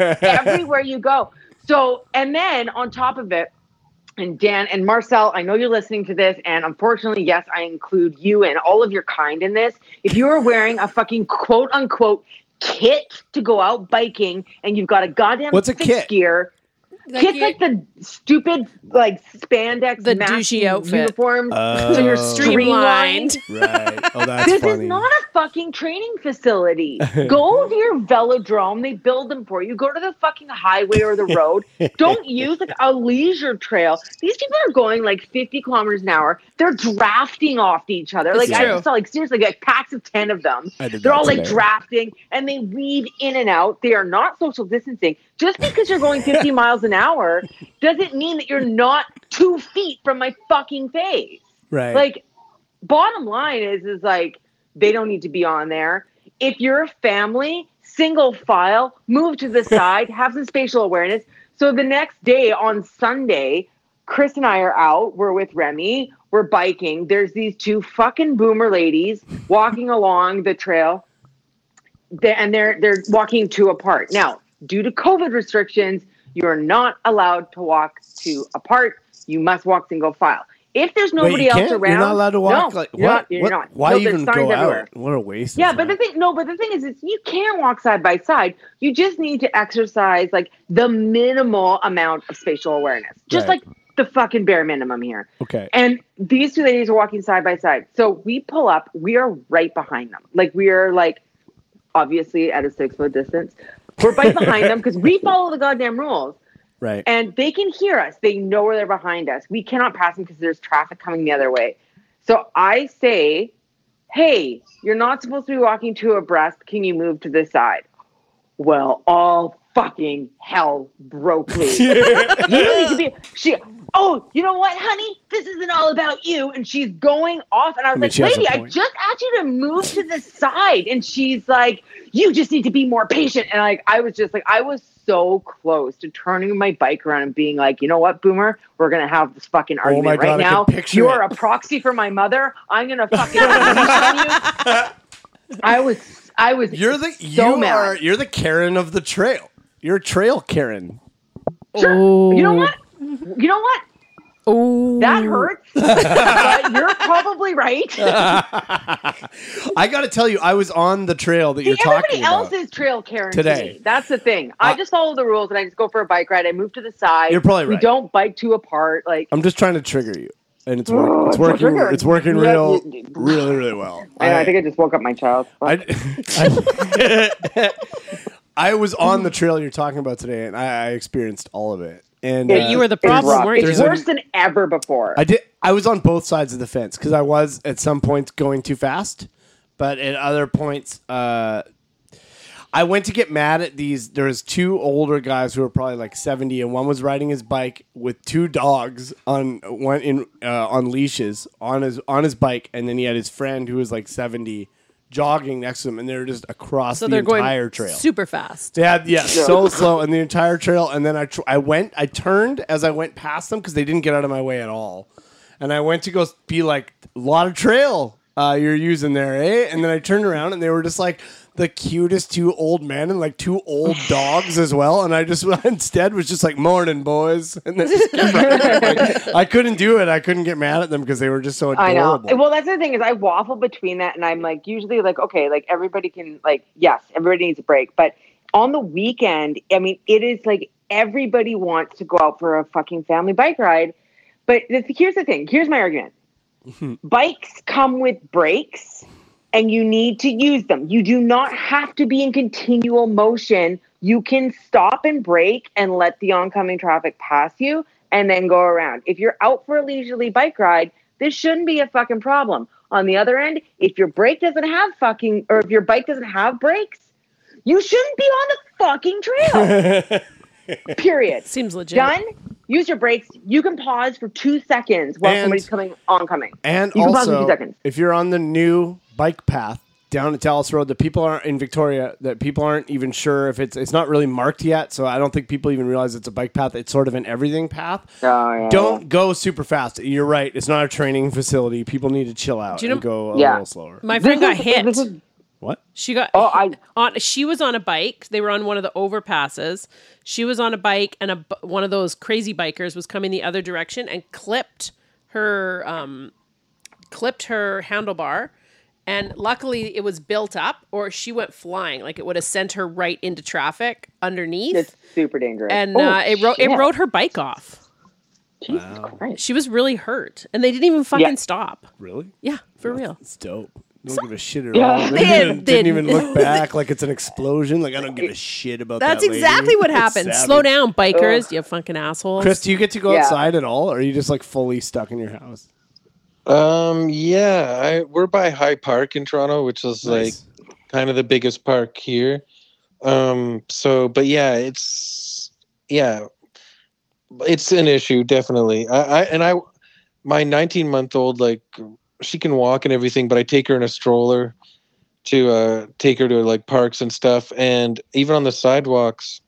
everywhere you go. So, and then on top of it, and Dan and Marcel, I know you're listening to this, and unfortunately, yes, I include you and all of your kind in this. If you are wearing a fucking quote unquote kit to go out biking, and you've got a goddamn What's a fixed kit? gear, kit's like the stupid like spandex, The maxi douchey outfit. uniform, Oh. so you're streamlined. streamlined. right. Oh, that's This funny. is not a fucking training facility. Go to your velodrome. They build them for you. Go to the fucking highway or the road. Don't use like a leisure trail. These people are going like 50 kilometers an hour. They're drafting off to each other. It's Like true. I saw like seriously like packs of 10 of them. I did They're that all like today. drafting and they weave in and out. They are not social distancing. Just because you're going 50 miles an hour doesn't mean that you're not two feet from my fucking face right. like bottom line is is like they don't need to be on there if you're a family single file move to the side have some spatial awareness so the next day on sunday chris and i are out we're with remy we're biking there's these two fucking boomer ladies walking along the trail They- and they're they're walking two apart now due to covid restrictions you're not allowed to walk two apart you must walk single file if there's Wait, you nobody else can't? around You're not allowed to walk. no, like, you're what? not, you're What- not. Why No, there's even signs go everywhere. out? What a waste. Yeah, of but the time. thing, no, but the thing is, it's, you can walk side by side. You just need to exercise like the minimal amount of spatial awareness, just Right. like the fucking bare minimum here. Okay. And these two ladies are walking side by side. So we pull up, we are right behind them. Like we are like obviously at a six foot distance. We're right behind them because we follow the goddamn rules. Right. And they can hear us. They know where they're behind us. We cannot pass them because there's traffic coming the other way. So I say, hey, you're not supposed to be walking two abreast. Can you move to this side? Well, all fucking hell broke loose. You don't need to be. She. Oh, you know what, honey? This isn't all about you. And she's going off, and I was mean, like, she has a "Lady, I point. just asked you to move to the side." And she's like, "You just need to be more patient." And like, I was just like, I was so close to turning my bike around and being like, "You know what, Boomer? We're gonna have this fucking argument Oh my God, right I can now. picture You are it." a proxy for my mother. I'm gonna fucking unleash on you." I was, I was. You're the so you mad. are you're the Karen of the trail. You're a trail Karen. Sure. Oh. You know what? You know what? Oh. That hurts. but you're probably right. I got to tell you, I was on the trail that you're Everybody talking else about. is trail Karen Today. today. That's the thing. I Uh, just follow the rules and I just go for a bike ride. I move to the side. You're probably We right. don't bike two apart. Like I'm just trying to trigger you, and it's Oh, work, it's it's a working trigger. it's working Yeah, real you- really really well. I, know, I think I just woke up my child. I, I, I was on the trail you're talking about today, and I, I experienced all of it. And Yeah, uh, you were the It's problem, rough. weren't It's you? worse than ever before. I did. I was on both sides of the fence because I was at some points going too fast, but at other points, uh, I went to get mad at these. There was two older guys who were probably like seventy, and one was riding his bike with two dogs on one in uh, on leashes on his on his bike, and then he had his friend who was like seventy jogging next to them, and they're just across So the they're going entire trail. super fast. They had yeah, so slow and the entire trail. And then I tr- I went I turned as I went past them because they didn't get out of my way at all. And I went to go s- be like, a lot of trail uh, you're using there, eh? And then I turned around and they were just like the cutest two old men and like two old dogs as well. And I just instead was just like, morning, boys. And then just kept running. Like, I couldn't do it. I couldn't get mad at them because they were just so I know. adorable. Well, that's the thing is I waffle between that and I'm like usually like okay, like everybody can like yes, everybody needs a break, but on the weekend, I mean, it is like everybody wants to go out for a fucking family bike ride. But this, here's the thing. Here's my argument. Mm-hmm. Bikes come with brakes and you need to use them. You do not have to be in continual motion. You can stop and brake and let the oncoming traffic pass you and then go around. If you're out for a leisurely bike ride, this shouldn't be a fucking problem. On the other end, if your brake doesn't have fucking or if your bike doesn't have brakes, you shouldn't be on the fucking trail. Period. Seems legit. Done. Use your brakes. You can pause for two seconds while And- somebody's coming oncoming. And You can pause in also, two seconds. if you're on the new bike path down at Dallas Road, that people aren't in Victoria, that people aren't even sure if it's it's not really marked yet. So I don't think people even realize it's a bike path. It's sort of an everything path. Oh, yeah, don't go super fast. You're right. It's not a training facility. People need to chill out Do you and know- go a Yeah. little slower. My friend got This is- hit. this is- what? She got Oh, I- on. She was on a bike. They were on one of the overpasses. She was on a bike, and a bu- one of those crazy bikers was coming the other direction and clipped her, um, clipped her handlebar. And luckily, it was built up, or she went flying. Like it would have sent her right into traffic underneath, It's super dangerous. and Oh, uh, it ro- it shit. rode her bike off. Jesus Christ. She was really hurt, and they didn't even fucking Yeah. stop. Really? Yeah, for real. It's dope. Don't give a shit at Yeah. all. They They had- didn't, didn't they- even look back like it's an explosion. Like I don't give a shit about That's that. lady. exactly what It's happened. savage. Slow down, bikers, you fucking assholes. Chris, do you get to go Yeah. outside at all, or are you just like fully stuck in your house? Um, yeah, I, we're by High Park in Toronto, which is like Nice. kind of the biggest park here. Um, so, but yeah, it's yeah, it's an issue definitely. I, I and I, my 19 month old, like she can walk and everything, but I take her in a stroller to uh, take her to like parks and stuff, and even on the sidewalks.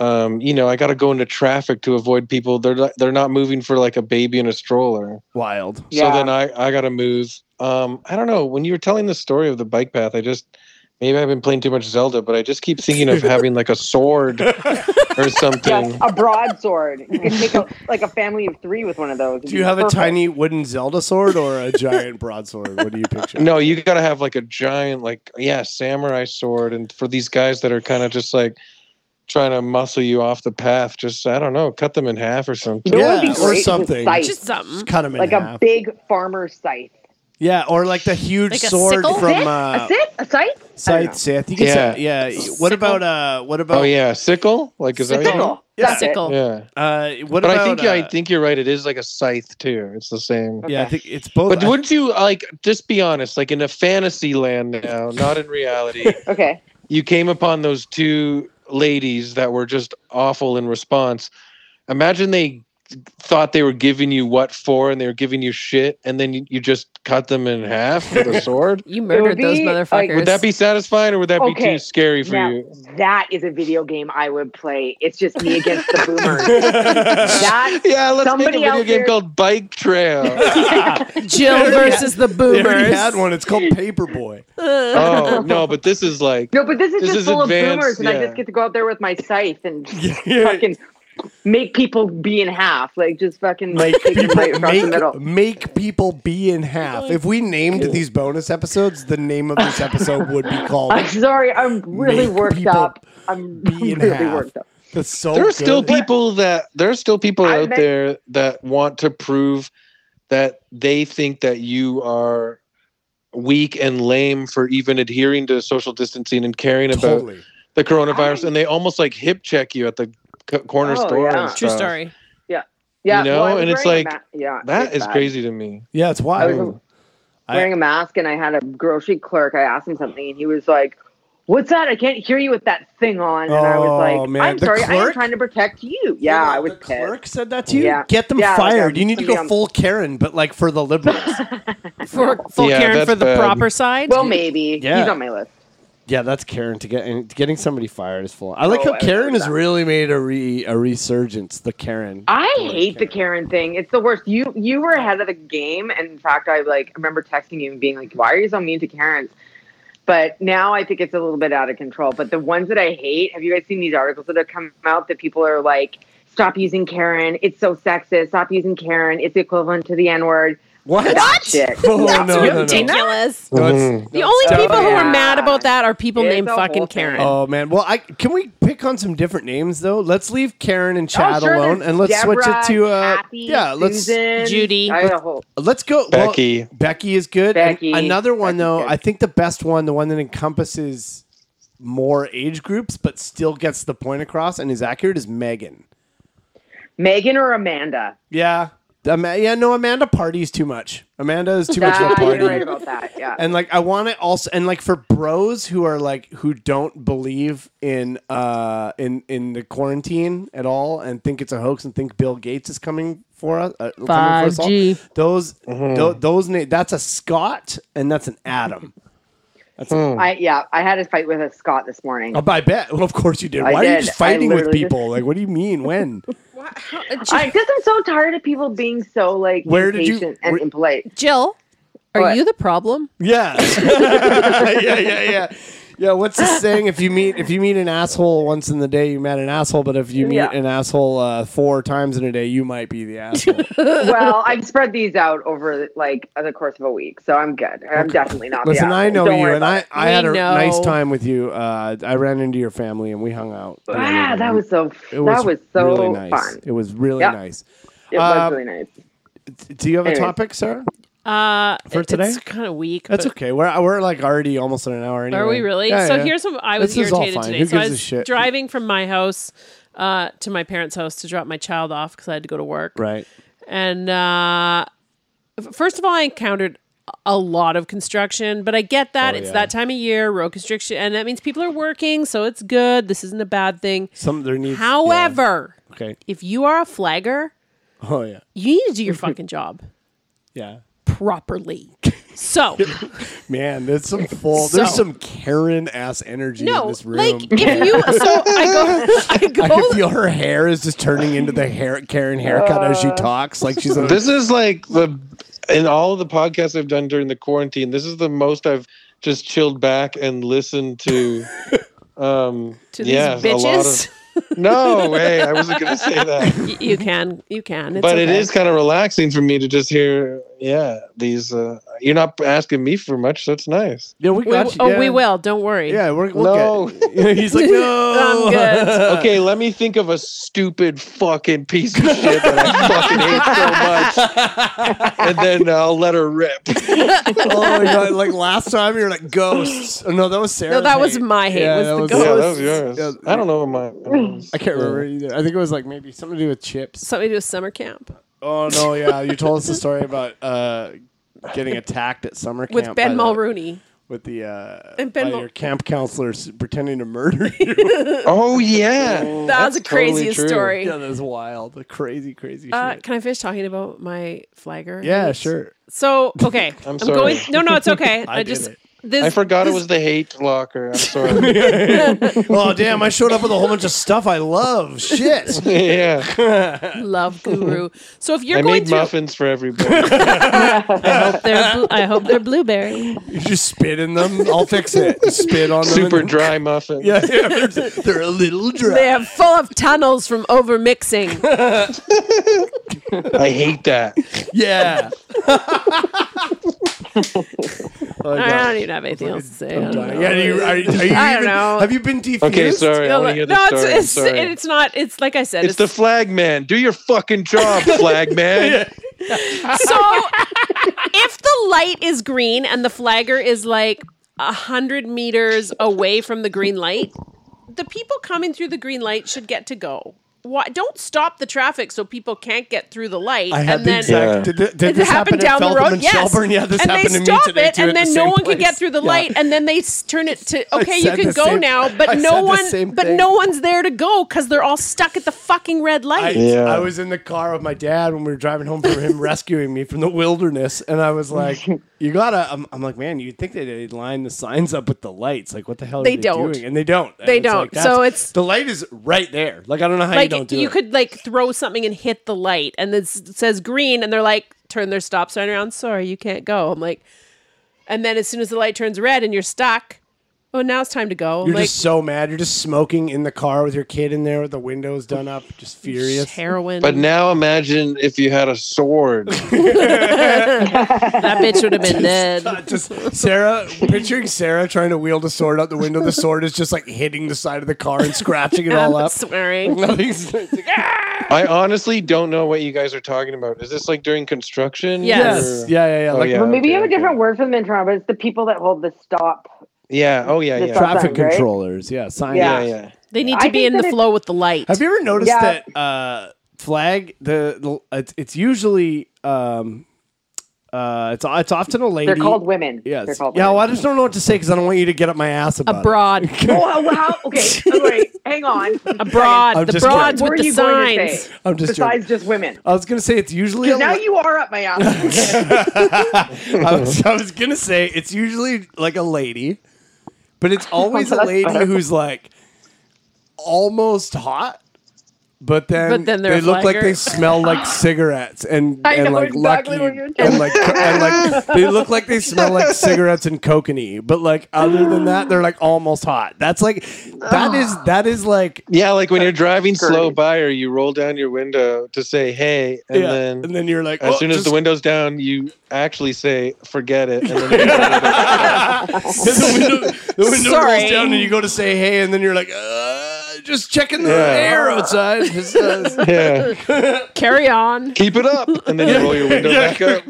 Um, you know, I got to go into traffic to avoid people. They're not- they're not moving for like a baby in a stroller. Wild. Yeah. So then I, I got to move. Um, I don't know. When you were telling the story of the bike path, I just maybe I've been playing too much Zelda, but I just keep thinking of having like a sword or something. Yes, a broadsword. You can take a, like a family of three with one of those. Do you have a Perfect. tiny wooden Zelda sword or a giant broadsword? What do you picture? No, you got to have like a giant, like yeah, samurai sword. And for these guys that are kind of just like trying to muscle you off the path, just I don't know, cut them in half or something. You know what would be Yeah, or great is a something. scythe. Just something. Just cut him in like a half. big farmer scythe. yeah, or like the huge Like a sword sickle? from Scythe? uh, a scythe? A scythe? Scythe Sith. You can Yeah. say- yeah. What about uh? What about? Oh yeah, sickle. Like is that? Sickle. Yeah. That's it. Sickle. Yeah, Uh, what but about? I think uh, I think you're right. It is like a scythe too. It's the same. Yeah, I think it's both. But wouldn't you like just be honest? Like in a fantasy land now, not in reality. Okay. you came upon those two ladies that were just awful in response. Imagine they thought they were giving you what for, and they were giving you shit, and then you, you just cut them in half with a sword. You murdered be, those like- motherfuckers. Would that be satisfying, or would that be Okay, too scary for now, you? that is a video game I would play. It's just me against the boomers. that Yeah, let's make a somebody video out game there- called Bike Trail. Jill versus the they already boomers? had one. It's called Paperboy. oh no, but this is like no, but this is This just is full advanced, of boomers, and I yeah. just get to go out there with my scythe and fucking make people be in half, like just fucking Make take them people right across the make, middle. make people be in half. If we named these bonus episodes, the name of this episode would be called I'm sorry, I'm really Make worked people up. I'm "Be really in Half." worked up. That's so. there are still good. people that there are still people I out bet- there that want to prove that they think that you are weak and lame for even adhering to social distancing and caring about Totally. the coronavirus I- and they almost like hip check you at the c- corner Oh, store yeah. and True Uh, stuff. story. Yeah, You know, I was and it's wearing a like, ma- yeah, that it's is bad. crazy to me Yeah, it's I wild. was Mm. wearing a mask, and I had a grocery clerk. I asked him something, and he was like, what's that? I can't hear you with that thing on. And I Oh, was like, man. I'm The sorry, I am clerk? trying to protect you. Yeah, I was the pissed. clerk said that to you. Yeah. Get them Yeah, like, fired. um, you need to go somebody on- full Karen, but like for the liberals. for full Yeah, Karen that's for the bad. proper side. Well, maybe Yeah. he's on my list. yeah, that's Karen to get and getting somebody fired is full. I like Oh, how I would Karen love has that. really made a re a resurgence. The Karen. I Lord, hate the Karen thing. It's the worst. You you were ahead of the game, and in fact, I like remember texting you and being like, "Why are you so mean to Karens?" But now I think it's a little bit out of control. But the ones that I hate, have you guys seen these articles that have come out that people are like, "Stop using Karen. It's so sexist. Stop using Karen. It's equivalent to the N word." What? Shit. Oh, no, no, no. ridiculous. No, it's- Mhm. The only Oh, people who are yeah. mad about that are people It's named a fucking whole thing. Karen. Oh man. Well, I can we pick on some different names though. Let's leave Karen and Chad Oh, sure, alone, there's and let's switch it Deborah, to uh, Kathy, yeah. Let's Susan. Judy. I had a whole- let's go. well, Becky. Becky is good. And Becky. another one Becky's though. good. I think the best one, the one that encompasses more age groups but still gets the point across and is accurate, is Megan. Megan or Amanda. Yeah. Ama- yeah. No, Amanda parties too much. Amanda is too much of a Ah, party. you're right about that. Yeah. And like I want to also and like for bros who are like who don't believe in uh in in the quarantine at all and think it's a hoax and think Bill Gates is coming for us. Uh, coming for us all, 5G. those tho- those na- that's a Scott and that's an Adam. I yeah, I had a fight with a Scott this morning. Oh, I bet. Well, of course you did. I Why are you did. just I fighting with literally just- people? Like, what do you mean? When? I because I'm so tired of people being so like Where did you- impatient and where- impolite. Jill, are What? you the problem? yeah. yeah, yeah, yeah. Yeah, what's the saying? If you meet if you meet an asshole once in the day, you met an asshole. But if you meet Yeah. an asshole uh, four times in a day, you might be the asshole. well, I've spread these out over like the course of a week, so I'm good. I'm definitely not. the Listen, I asshole. know Don't you, worry and about I, it. I We had a know. nice time with you. Uh, I ran into your family and we hung out. Wow, Ah, that was so. It was that was so really nice. fun. It was really Yeah. nice. It Uh, was really nice. Do you have a Anyways. topic, Sarah? Uh, For it- today? it's kind of weak. That's but- okay. We're we're like already almost in an hour. Anyway. Are we really? Yeah, so yeah. here's what I was This is all irritated fine. today. Who so I gives a was shit? driving from my house uh, to my parents' house to drop my child off because I had to go to work. right. And uh, f- first of all, I encountered a lot of construction, but I get that Oh, it's yeah. that time of year, road construction, and that means people are working, so it's good. This isn't a bad thing. Some there needs. yeah. However, Okay. if you are a flagger, Oh yeah. you need to do your fucking job Yeah. properly. So Man, there's some full. There's So- some Karen ass energy in no, this room. like if you so I go I I go can feel her hair is just turning into the hair Karen haircut as Uh, she talks. Like she's a, This is like the in all of the podcasts I've done during the quarantine. This is the most I've just chilled back and listened to. Um, to these yeah, a lot bitches. of. No way! I wasn't gonna say that, Y- you can, you can. It's but it okay. is kind of relaxing for me to just hear. Yeah, these. Uh, you're not asking me for much, so it's nice. yeah, we We, got you. oh, yeah. we will. Don't worry. Yeah, we're, we'll No. get- He's like, no. I'm good. Okay, let me think of a stupid fucking piece of shit that I fucking hate so much, and then I'll let her rip. oh my god! Like last time, you were like ghosts. Oh, no, that was Sarah. No, that was my hate. Yeah, was that was- the Yeah, that ghost. was yours. Yeah. I don't know what my. I can't remember either. I think it was like maybe something to do with chips. Something to do with summer camp Oh no! Yeah, you told us the story about uh, getting attacked at summer camp with by Ben the- Mulrooney. with the uh, And Ben by Mul- your camp counselors pretending to murder you. Oh yeah, That That's was the craziest totally true. story. yeah, that was wild. Crazy, crazy Uh, shit. can I finish talking about my flagger? yeah, hate? sure. So okay, I'm, sorry. going. No, no, it's okay. I, did just it. this. I forgot it was the hate locker. I'm sorry. oh damn! I showed up with a whole bunch of stuff I love. Shit. yeah, love guru. So if you're I going made through, muffins for everybody. I hope they're blu- I hope they're blueberry. You just spit in them. I'll fix it. Just spit on them. and Super then- dry muffins. Yeah, yeah, they're, they're a little dry. They are full of tunnels from over mixing. Oh I hate that. Yeah. oh, I God. don't even have anything else to say. I don't know. Uh, Yeah, do you, are, you- are you I don't even- know. Have you been defused? Okay, sorry. I want to hear the no, story. I'm it's it's, sorry. it's not. It's like I said. It's the flag man. Do your fucking job, flag man. so if the light is green and the flagger is like a hundred meters away from the green light, the people coming through the green light should get to go. why don't stop the traffic so people can't get through the light I had and the then exact. Yeah. Did, th- did it this happened happen at down the Feltham road. and Yes, Shelburne? Yeah, this and happened they to me stop today it, too. at and the then no same one could get place. through the Yeah. light, and then they s- turn it to I okay, you said can the go same- now, but I said no the one, same but thing. no one's there to go because they're all stuck at the fucking red I, light. Yeah. I was in the car with my dad when we were driving home from him rescuing me from the wilderness, and I was like, "You gotta." I'm, I'm like, "Man, you'd think they'd- they'd line the signs up with the lights. Like, what the hell are They they, don't. doing?" And they don't. And They it's don't. like, So that's- it's- the light is right there. Like, I don't know how you like don't do you it. could like throw something and hit the light, and it says green, and they're like turn their stop sign around. Sorry, you can't go. I'm like, and then as soon as the light turns red and you're stuck, oh, now it's time to go. I'm You're like just so mad. You're just smoking in the car with your kid in there with the windows done up, just furious. heroin. But now imagine if you had a sword. that bitch would have been dead. Uh, just Sarah, picturing Sarah trying to wield a sword out the window. The sword is just like hitting the side of the car and scratching it all up. swearing. Nothing's- I honestly don't know what you guys are talking about. Is this like during construction? Yes. yes. or- Yeah, yeah, yeah. Oh, like yeah. Well, maybe you okay, have a okay. different word for them in Toronto, but it's the people that hold the stop. Yeah. Oh yeah. The Yeah. stop- traffic signs, right? controllers. Yeah, sign Yeah. Yeah. Yeah. They need I to be think in that the it- flow with the light. Have you ever noticed Yeah. that uh, flag? The, the it's, it's usually um, uh, it's it's often a lady. They're called women. Yes. They're called yeah. Well, women. I just don't know what to say because I don't want you to get up my ass about it. Broad, Oh, how, how, okay. Oh, wait, hang on. a broad, I'm the just kidding. broads What with are the you going to signs. say? I'm just joking. Besides just women. I was gonna say it's usually a Now li- you are up my ass. I was, I was gonna say it's usually like a lady, but it's always a Oh, That's lady better. who's like almost hot, but then But then they're they a look like flagger. they smell like cigarettes and I and know like exactly what lucky you're and like co- and like they look like they smell like cigarettes and kokanee, but like other than that they're like almost hot. That's like that is that is like. Yeah, like when you're driving slow Great. by or you roll down your window to say hey, and yeah, then and then you're like, as oh, soon as just- the window's down, you actually say forget it, and then you Then the window, the window Sorry. rolls down and you go to say hey, and then you're like, uh, just checking the Yeah. air outside. Just, uh, yeah, Carry on. keep it up, and then you roll your window back up.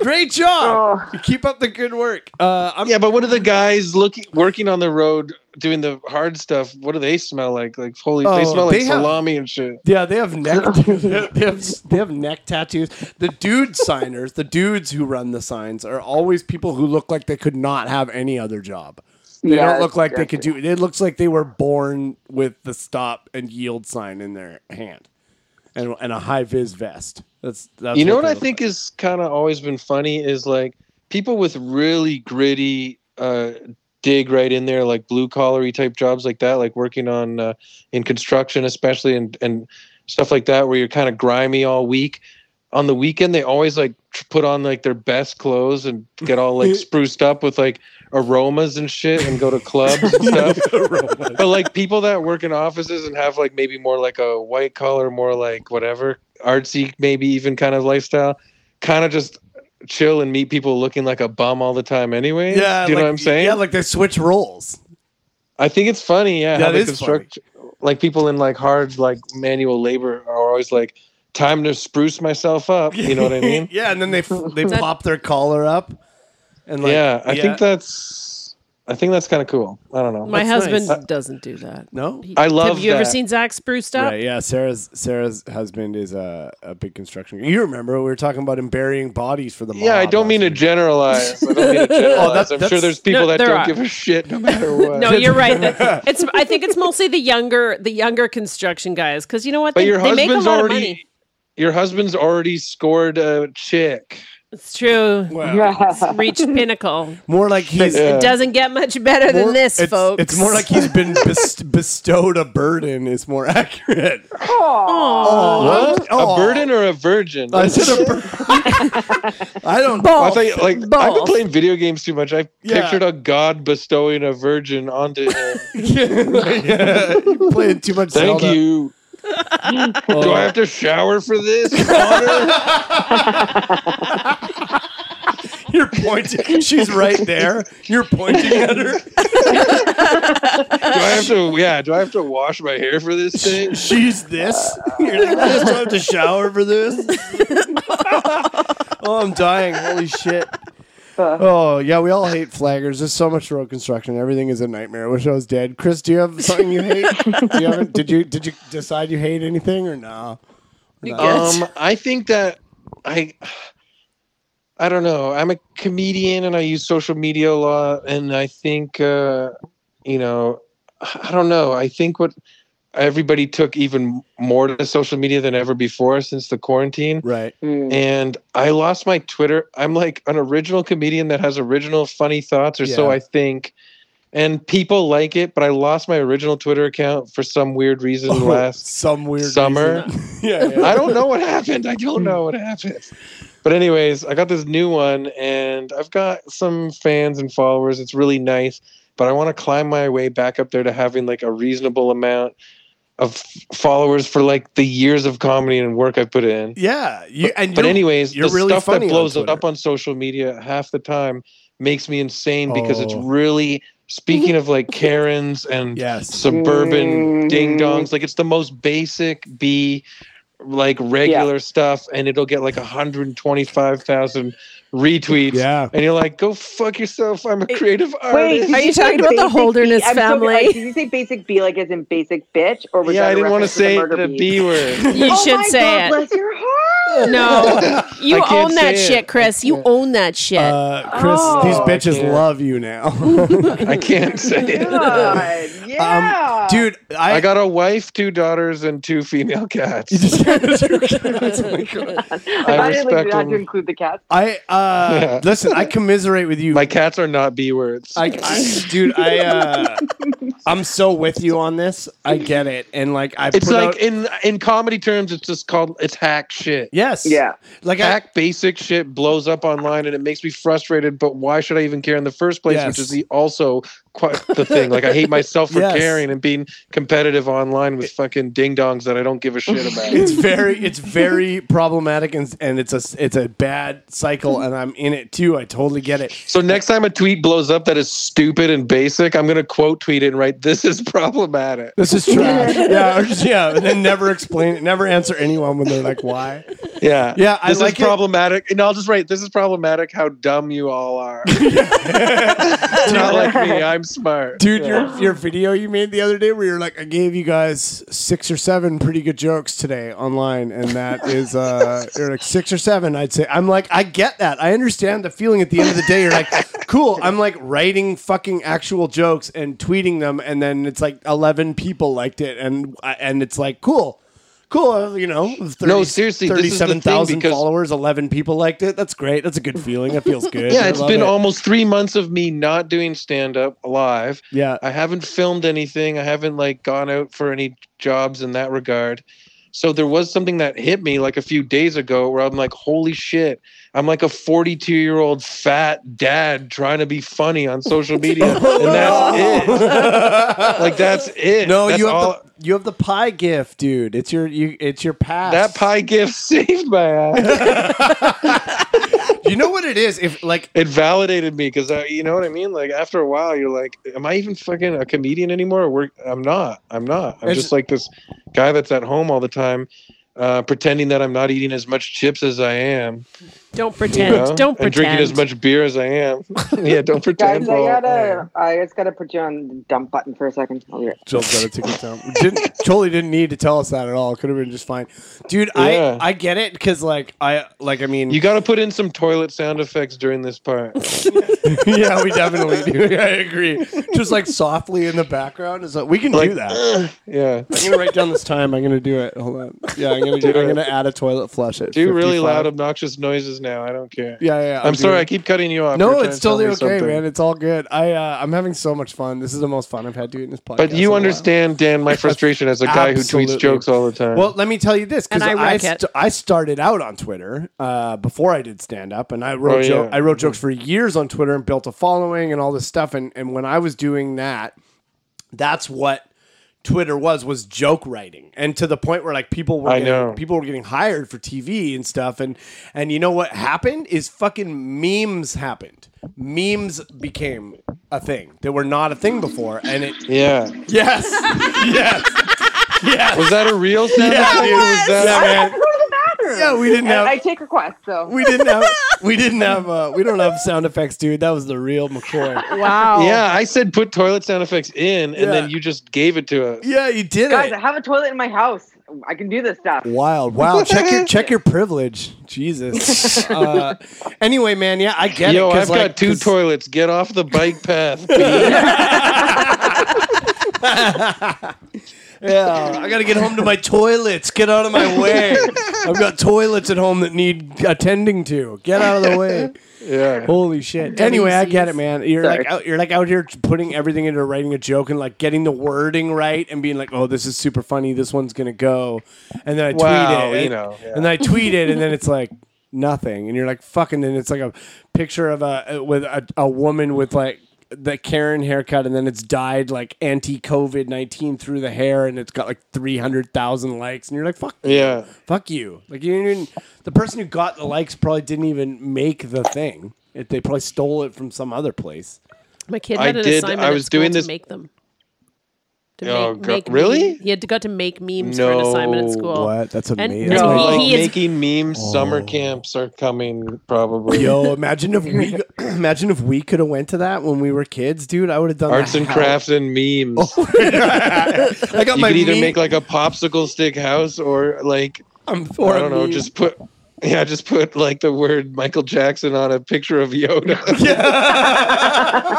great job. Oh. You Keep up the good work. Uh, I'm, Yeah, but what are the guys looking working on the road doing the hard stuff? What do they smell like? Like holy, they Oh, smell like they have- salami and shit. yeah, they have neck. they, have, they have neck tattoos. The dude signers, the dudes who run the signs, are always people who look like they could not have any other job. They Yeah, don't look like they that's- could do. It looks like they were born with the stop and yield sign in their hand, and and a high vis vest. That's, that's you know what, they I look think has kind of always been funny is like people with really gritty uh, dig right in there, like blue collary type jobs like that, like working on uh, in construction, especially and and stuff like that, where you're kind of grimy all week. On the weekend, they always like tr- put on like their best clothes and get all like spruced up with like aromas and shit, and go to clubs and stuff like. but like people that work in offices and have like maybe more like a white collar, more like whatever artsy, maybe even kind of lifestyle, kind of just chill and meet people looking like a bum all the time anyway. Yeah, do you like, know what I'm saying? Yeah, like they switch roles. I think it's funny. Yeah, That they is like people in like hard like manual labor are always like time to spruce myself up. You know what I mean? yeah, and then they f- they That- pop their collar up, and like yeah, I think that's I think that's kind of cool. I don't know. My That's husband nice. doesn't do that. no. He- I love Have you ever that. seen Zach spruced up? Right, yeah. Sarah's Sarah's husband is a, a big construction. You remember we were talking about him burying bodies for the yeah, I mob don't last mean to week. generalize. I don't mean to generalize. I'm that's- sure there's people No, that there don't are. give a shit no matter what. No, you're right. That- It's. I think it's mostly the younger, the younger construction guys, because you know what? But They, your they make a husband's lot of already money. your husband's already scored a chick. It's true. Well, It's reached pinnacle. more like he's Yeah. It doesn't get much better more- than this, it's, folks. It's more like he's been best, bestowed a burden. Is more accurate. Aw. Oh, What? A burden or a virgin? I said a bur- I don't. Balls. Oh, I thought you- like I've been Balls. playing video games too much. I Yeah. pictured a god bestowing a virgin onto him. yeah, you playing too much. Thank Zelda. you. Do I have to shower for this? honor? You're pointing. She's right there. You're pointing at her. do I have to? Yeah. Do I have to wash my hair for this thing? She's this. You're like, I just don't have to shower for this. oh, I'm dying. Holy shit. Ugh. Oh yeah, we all hate flaggers. There's so much road construction. Everything is a nightmare. I wish I was dead. Chris, do you have something you hate? do you have, did you did you decide you hate anything or no? You No. get- Um, I think that I, I don't know. I'm a comedian and I use social media a lot, and I think, uh, you know, I don't know. I think what everybody took even more to social media than ever before since the quarantine. Right. Mm. And I lost my Twitter. I'm like an original comedian that has original funny thoughts, or so Yeah. I think. And people like it, but I lost my original Twitter account for some weird reason last some weird summer. reason. yeah, yeah. I don't know what happened. I don't know what happened. But anyways, I got this new one and I've got some fans and followers. It's really nice, but I want to climb my way back up there to having like a reasonable amount of f- followers for like the years of comedy and work I put in. Yeah, you, and But you're- anyways, you're the really stuff that funny on blows Twitter. up on social media half the time makes me insane because it's Oh. really speaking of like Karens and yes, suburban Mhm. ding dongs. Like it's the most basic B, like regular stuff, and it'll get like 125,000 retweets. yeah. And you're like, go fuck yourself. I'm a It- creative Wait, artist. did Are you say talking about the basic Holderness B? I'm so- family? like, did you say basic B like as in basic bitch, or was yeah, that a I didn't want to reference the say murder the beat? B word. You Oh should my say God, it. Bless your heart. No, you I can't own that say it. shit, Chris. You own that shit. Uh, Chris, Oh. these I bitches can't. love you now, I can't say it. God, yeah, dude. I, I got a wife, two daughters, and two female cats. I, I didn't respect like, not to them. include the cats. I uh, listen. I commiserate with you. My cats are not B words. I, I- dude, I, uh, I'm so with you on this. I get it, and like I it's put like out- in in comedy terms, it's just called it's hack shit. yes, Yeah, like I, hack basic shit blows up online and it makes me frustrated but why should i even care in the first place Yes. which is the also quite the thing like i hate myself for Yes. caring and being competitive online with fucking ding dongs that i don't give a shit about it's very, it's very problematic, and and it's a it's a bad cycle, and I'm in it too. I totally get it. so next time a tweet blows up that is stupid and basic i'm going to quote tweet it and write this is problematic This is trash. yeah, or just- yeah, and then never explain it. Never answer anyone when they're like, "Why?" yeah Yeah, I this like is it. problematic and i'll just write this is problematic how dumb you all are not like me i'm smart Dude, Yeah. your your video you made the other day where you're like, I gave you guys six or seven pretty good jokes today online, and that is uh you're like six or seven, I'd say. I'm like, I get that. I understand the feeling at the end of the day. You're like, cool. I'm like writing fucking actual jokes and tweeting them, and then it's like eleven people liked it, and and it's like cool. Cool, uh, you know. 30, No, seriously, this is the thing, thirty-seven thousand because- followers, eleven people liked it. That's great. That's a good feeling. That feels good. yeah I it's love been it. almost three months of me not doing stand-up live yeah. I haven't filmed anything. I haven't like gone out for any jobs in that regard. So there was something that hit me like a few days ago where I'm like, holy shit. I'm like a 42 year old fat dad trying to be funny on social media. and that's it. Like that's it. No, That's you have all- the you have the pie gift, dude. It's your you it's your pass. that pie gift saved my ass. You know what it is? If like it validated me because I, you know what I mean. Like after a while, you're like, am I even fucking a comedian anymore? Or work? I'm not. I'm not. I'm It's- just like this guy that's at home all the time, uh, pretending that I'm not eating as much chips as I am. don't You pretend. know? Don't And pretend. drinking as much beer as I am. yeah, don't pretend. guys, I bro. gotta, I just gotta put you on the dump button for a second. I'll be right. Joel's got a ticket down. Didn't totally didn't need to tell us that at all. Could have been just fine. Dude, Yeah. I I get it because like I like I mean You got to put in some toilet sound effects during this part. yeah we definitely do. I agree. Just like softly in the background is like we can do that. yeah. I'm gonna write down this time. I'm gonna do it. Hold on. Yeah, I'm gonna do, Do I'm it. gonna add a toilet flush it. Do really loud, obnoxious noises now. I don't care. Yeah, yeah. yeah, I'm, sorry. doing- I keep cutting you off. You were No, trying it's to tell totally me okay, something. man. It's all good. I uh, I'm having so much fun. This is the most fun I've had doing this podcast. But in a you while. understand, Dan, my frustration as a guy who Absolutely. tweets jokes all the time. Well, let me tell you this because And I I wreck st- it. I started out on Twitter uh, before I did stand up, and I wrote Oh, jo- yeah. I wrote jokes for years on Twitter and built a following and all this stuff. And and when I was doing that, that's what Twitter was was joke writing, and to the point where like people were I getting, know. people were getting hired for TV and stuff, and and you know what happened is fucking memes happened. Memes became a thing. They were not a thing before, and it yeah. yes yes yes. Was that a real sound Yeah, effect? dude. or was Yeah, that man. Go to the bathroom. Yeah, we didn't And have- I take requests, so We didn't have we didn't have uh, we don't have sound effects, dude. That was the real McCoy. Wow. Yeah, I said put toilet sound effects in, and Yeah. then you just gave it to us. Yeah, you did Guys, it. I have a toilet in my house. I can do this stuff. Wild, wow! Check your check your privilege, Jesus. Uh, anyway, man, yeah, I get Yo, it. 'cause, I've like, got two 'cause- toilets. Get off the bike path. Yeah, I gotta get home to my toilets. Get out of my way. I've got toilets at home that need attending to. Get out of the way. yeah. Holy shit! Anyway, I get it, man. You're Sorry. like out, you're like out here putting everything into writing a joke and like getting the wording right and being like, "Oh, this is super funny. This one's gonna go," and then I tweet Wow, it, you and- know, yeah. and then I tweet it, and then it's like nothing, and you're like, "Fucking!" Then it's like a picture of a with a, a woman with like the Karen haircut, and then it's dyed like anti COVID nineteen through the hair, and it's got like three hundred thousand likes, and you're like, "Fuck, Yeah. fuck you!" Like you didn't. even- The person who got the likes probably didn't even make the thing. It, they probably stole it from some other place. My kid I had an did- assignment I at was school doing to this- make them. To Oh, make, God. make Really? meme- He had to, got to make memes for an assignment at No. school. That's And- amazing. No, And he- like he is- Oh. making memes. Summer camps are coming probably. Yo, imagine if we imagine if we could have went to that when we were kids, dude. I would have done Arts the and hell- crafts and memes. Oh, I got you my could either meme- make like a popsicle stick house or like um, or I a don't know, meme. just put yeah, just put like the word Michael Jackson on a picture of Yoda.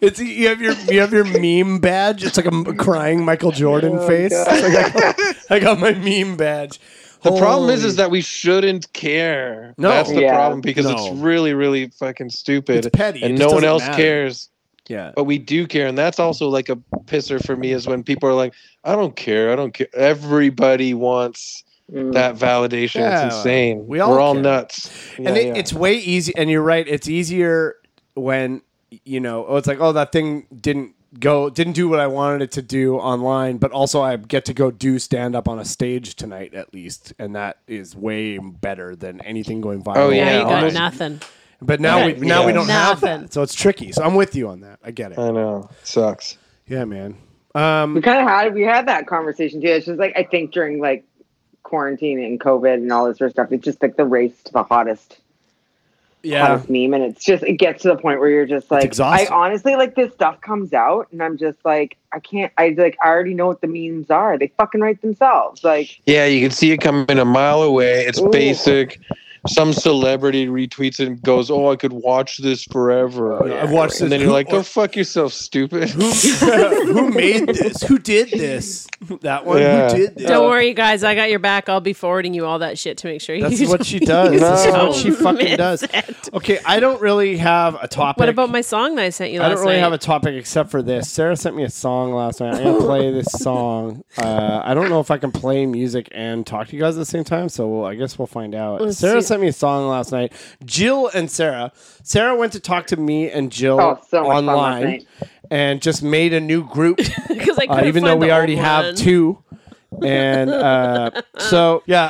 it's you have your you have your meme badge. It's like a m- crying Michael Jordan face. It's like, I, got, I got my meme badge. the problem is, is that we shouldn't care. No. that's the Yeah. problem because it's No, really, really fucking stupid. It's petty. It and just no one doesn't else matter. cares. yeah. But we do care, and that's also like a pisser for me is when people are like, "I don't care, I don't care." Everybody wants Mm. that validation. Yeah, it's insane. we We all are all care. nuts. and Yeah, it, yeah. it's way easy and you're right it's easier when you know oh it's like oh that thing didn't go didn't do what i wanted it to do online but also i get to go do stand up on a stage tonight at least and that is way better than anything going viral Oh, Yeah, Yeah, you got online. almost- nothing. but now we now we Yeah. don't have Nothing. that so it's tricky so i'm with you on that i get it I know, sucks. yeah man we um kind of had we had that conversation too. It's just like I think during like quarantine and COVID and all this sort of stuff, it's just like the race to the hottest yeah hottest meme, and it's just it gets to the point where you're just like, I exhausting. honestly like this stuff comes out, and I'm just like, I can't. I like I already know what the memes are. They fucking write themselves. Like Yeah, you can see it coming a mile away. It's Ooh. basic. Some celebrity retweets it and goes, "Oh, I could watch this forever." Yeah, I've watched And this- then you're like, who- "Go fuck yourself, stupid." who made this who did this that one Yeah. who did this Don't worry, guys. I got your back. I'll be forwarding you all that shit to make sure That's you what she does. That's No. what she fucking Miss does. it. Okay, I don't really have a topic. What about my song that I sent you I last don't really night? have a topic except for this. Sarah sent me a song last night. I'm gonna play this song. Uh, I don't know if I can play music and talk to you guys at the same time, so we'll- I guess we'll find out. Let's Sarah see. sent me a song last night. Jill and Sarah. Sarah went to talk to me and Jill Oh, so much fun last online, night. and just made a new group. because I uh, couldn't even find though the we old already have one. two. And uh, so, yeah,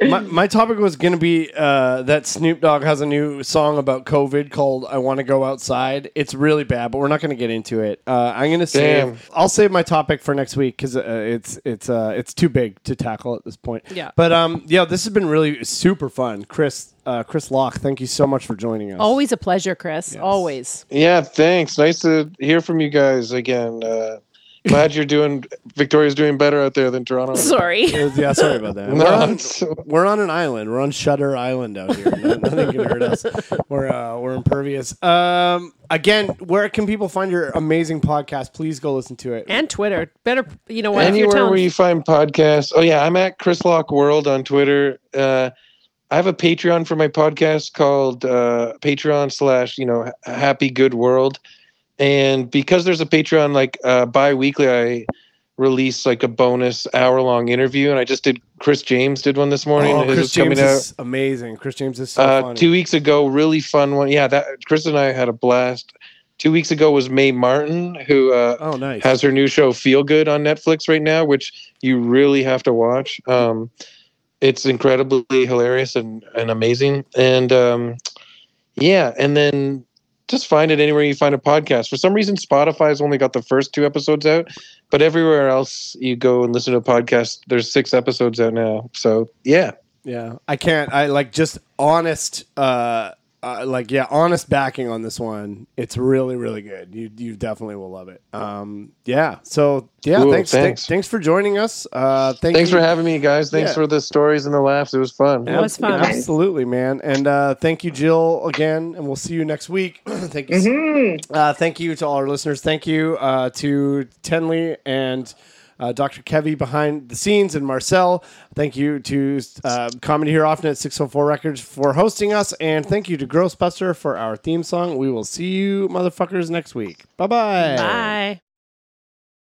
uh, my, my topic was going to be uh, that Snoop Dogg has a new song about COVID called I Want to Go Outside. It's really bad, but we're not going to get into it. Uh, I'm going to Damn. save, I'll save my topic for next week because uh, it's, it's, uh, it's too big to tackle at this point. Yeah. But um, yeah, this has been really super fun. Chris, uh, Chris Locke, thank you so much for joining us. Always a pleasure, Chris. Always. yeah, thanks. Nice to hear from you guys again. Uh, glad you're doing. Victoria's doing better out there than Toronto. Sorry. Yeah, sorry about that. No, We're on- it's- we're on an island. We're on Shutter Island out here. No- Nothing can hurt us. We're uh, we're impervious. Um, again, where can people find your amazing podcast? Please go listen to it. and Twitter. Better, you know what? if you're Anywhere telling- where you find podcasts. Oh yeah, I'm at Chris Lock World on Twitter. Uh, I have a Patreon for my podcast called uh, Patreon slash you know Ha- Happy Good World, and because there's a Patreon like uh, biweekly, I release like a bonus hour long interview, and I just did Chris James did one this morning. Oh, His Chris is coming James is amazing. Chris James is so uh, funny. two weeks ago, really fun one. Yeah, that Chris and I had a blast. Two weeks ago was Mae Martin, who uh, oh, nice. has her new show Feel Good on Netflix right now, which you really have to watch. Um, it's incredibly hilarious and, and amazing. And um, yeah, and then just find it anywhere you find a podcast. For some reason, Spotify's only got the first two episodes out, but everywhere else you go and listen to a podcast, there's six episodes out now. So yeah, Yeah, I can't. I like just honest. Uh, uh, like yeah, honest backing on this one. It's really really good. You you definitely will love it. Um, yeah. So yeah, Cool, thanks, thanks. thanks thanks for joining us. Uh, thank Thanks you. for having me, guys. Thanks Yeah. for the stories and the laughs. It was fun. Ab- was fun. Absolutely, man. And uh, thank you, Jill, again. And we'll see you next week. thank you. s- Uh, thank you to all our listeners. Thank you uh, to Tenley and uh, Dr. Kevy behind the scenes and Marcel. Thank you to uh, Comedy Here Often at 604 Records for hosting us. And thank you to Grossbuster for our theme song. We will see you, motherfuckers, next week. Bye-bye. Bye.